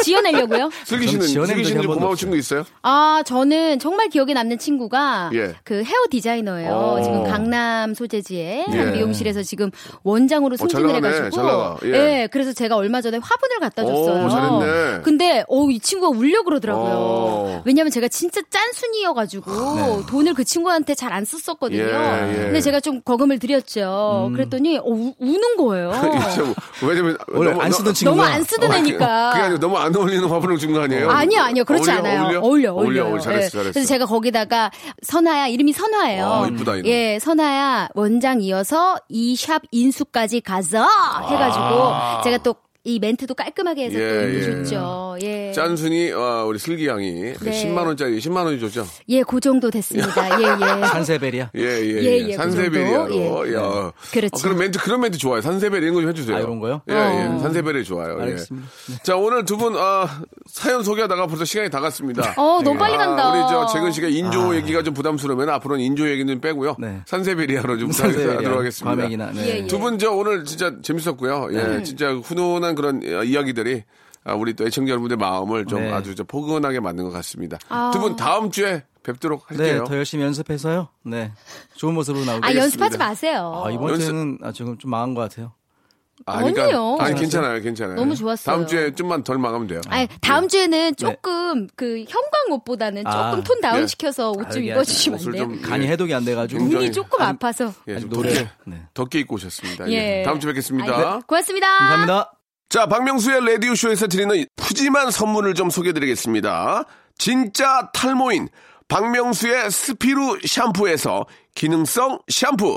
F: 지어내려고요?
C: 슬기 씨는,
E: 저는 지어낸
C: 슬기
E: 적이
C: 씨는
E: 한 번도
C: 고마운
E: 없어요.
C: 친구 있어요?
F: 아, 저는 정말 기억에 남는 친구가
C: 예.
F: 그 헤어 디자이너예요.
C: 어.
F: 지금 강남 소재지에 한
C: 예. 어,
F: 미용실에서 지금 원장으로
C: 잘
F: 승진을
C: 나가네. 잘 나가.
F: 해가지고,
C: 예.
F: 그래서 제가 얼마 전에 화분을 갖다 줬어요.
C: 오, 잘했네.
F: 근데 어, 이 친구가 울려 그러더라고요.
C: 어. 아, 네.
F: 왜냐면 제가 진짜 짠순이여가지고 돈을 그 친구한테 잘 안 썼었거든요.
C: 예, 음. 예.
F: 근데 제가 좀 거금을 드렸죠. 그랬더니 어, 우, 는 거예요.
C: 참, 왜냐면.
E: 원래
C: 너무-
E: 안 쓰던
C: 너-
F: 너무
E: 친구가
F: 안 쓰던 애니까.
C: 아, 어, 그게 아니고 너무 안 어울리는 화분을 준 거 아니에요?
F: 아니요, 아니요. 그렇지
C: 어울려?
F: 않아요.
C: 어울려? 어울려,
F: 어울려, 어울려.
C: 어울려. 잘했어,
F: 예.
C: 잘했어.
F: 그래서 제가 거기다가 선아야, 이름이 선아예요.
C: 아, 이쁘다, 이름.
F: 예, 선아야, 원장 이어서 이 샵 인수까지 가서 해가지고 제가 또 이 멘트도 깔끔하게 해서
C: 아. 예, 예.
F: 또 줬죠. 예.
C: 짠순이 어, 우리 슬기 양이
F: 네.
C: 그 10만 원짜리 10만 원이 줬죠.
F: 예, 그 정도 됐습니다. 예, 예.
E: 산세베리아.
C: 예, 예,
F: 예,
C: 예.
F: 예, 그
C: 산세베리아로.
F: 정도? 예.
C: 야.
F: 그렇죠.
C: 어, 그런 멘트 그런 멘트 좋아요. 산세베리 이런 거 좀 해주세요.
E: 아, 이런 거요?
C: 예,
F: 어.
C: 예. 산세베리 좋아요.
E: 알겠습니다. 네.
C: 예. 자 오늘 두 분 아, 사연 소개하다가 벌써 시간이 다 갔습니다.
F: 어, 너무 빨리
C: 아,
F: 간다.
C: 우리 저 재근 씨가 인조 얘기가 좀 부담스러우면 앞으로는 인조 얘기는 좀 빼고요.
E: 아. 네.
C: 산세베리아로 좀
E: 산세베리아.
C: 하도록 하겠습니다.
E: 과메기나. 네.
F: 예, 네. 예.
C: 두 분 저 오늘 진짜 재밌었고요. 예, 진짜 훈훈한 그런 어, 이야기들이 아, 우리 또 애청자 여러분들 마음을 좀
E: 네.
C: 아주 저 포근하게 만든 것 같습니다.
F: 아.
C: 두 분 다음 주에 뵙도록
E: 네,
C: 할게요.
E: 더 열심히 연습해서요. 네, 좋은 모습으로 나오게.
F: 아, 연습하지
C: 알겠습니다.
F: 마세요.
E: 아, 이번
C: 연습-
E: 주에는 아, 지금 좀 망한 것 같아요.
C: 아, 그러니까-
F: 아니에요.
C: 아니 괜찮아요, 괜찮아요.
F: 너무 좋았어요.
C: 다음 주에 좀만 덜 망하면 돼요.
F: 아니,
E: 예.
F: 다음 주에는 조금 그 형광 옷보다는
E: 아,
F: 조금 톤 다운
C: 네. 예.
F: 시켜서 옷 좀
E: 알게
F: 입어주시면 안
C: 옷을
F: 돼요?
C: 좀
E: 간이
C: 예,
E: 해독이 안 돼가지고.
C: 굉장히-
F: 눈이 조금 아파서.
C: 예, 좀
E: 아직
C: 덥게,
E: 노래. 네.
C: 덥게 입고 오셨습니다.
F: 예.
C: 예. 다음 주에 뵙겠습니다.
F: 아이고, 고맙습니다.
E: 감사합니다.
C: 자, 박명수의 라디오 쇼에서 드리는 푸짐한 선물을 좀 소개드리겠습니다. 진짜 탈모인 박명수의 스피루 샴푸에서 기능성 샴푸,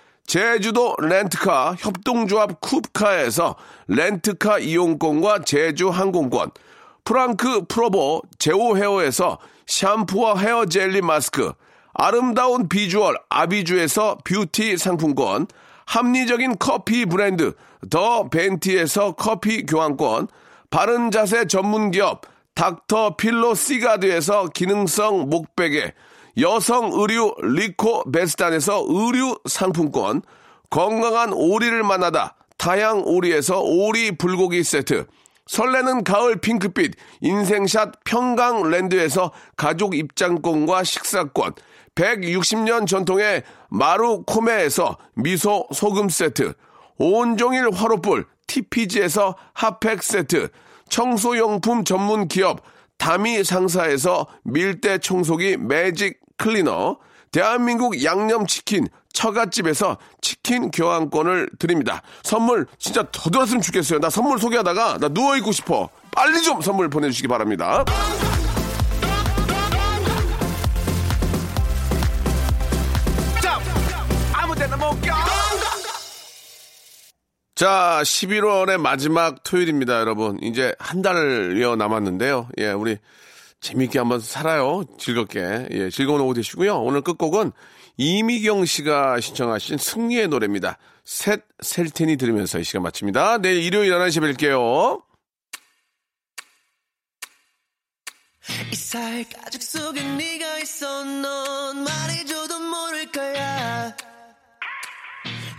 C: 제주도 렌트카 협동조합 쿱카에서 렌트카 이용권과 제주 항공권, 프랑크 프로보 제오 헤어에서 샴푸와 헤어 젤리 마스크, 아름다운 비주얼 아비주에서 뷰티 상품권, 합리적인 커피 브랜드 더 벤티에서 커피 교환권, 바른 자세 전문 기업 닥터 필로 시가드에서 기능성 목베개, 여성 의류 리코 베스탄에서 의류 상품권, 건강한 오리를 만나다 다양 오리에서 오리 불고기 세트, 설레는 가을 핑크빛 인생샷 평강랜드에서 가족 입장권과 식사권 160년 전통의 마루코메에서 미소 소금 세트 온종일 화로불 TPG에서 핫팩 세트 청소용품 전문 기업 다미 상사에서 밀대 청소기 매직 클리너 대한민국 양념치킨 처갓집에서 치킨 교환권을 드립니다. 선물 진짜 더 들었으면 좋겠어요. 나 선물 소개하다가 나 누워있고 싶어. 빨리 좀 선물 보내주시기 바랍니다. 자, 11월의 마지막 토요일입니다, 여러분. 이제 한 달여 남았는데요. 예, 우리 재미있게 한번 살아요. 즐겁게. 예, 즐거운 오후 되시고요. 오늘 끝곡은 이미경 씨가 신청하신 승리의 노래입니다. 셋 셀텐이 들으면서 이 시간 마칩니다. 내일 일요일 11시에 뵐게요.
D: 이 살 가죽 속에 네가 있어 넌 말해줘도 모를 거야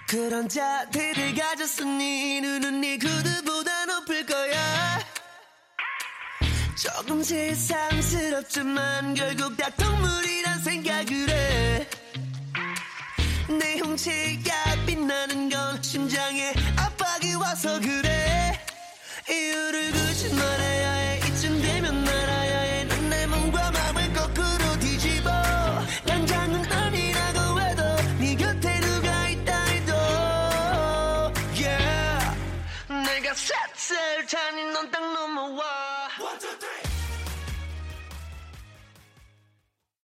D: 그런 자태를 가졌어 네 눈은 네 구두보다 높을 거야 조금 세상스럽지만 결국 다 동물이란 생각을 해내 훔치가 빛나는 건 심장에 압박이 와서 그래 이유를 구네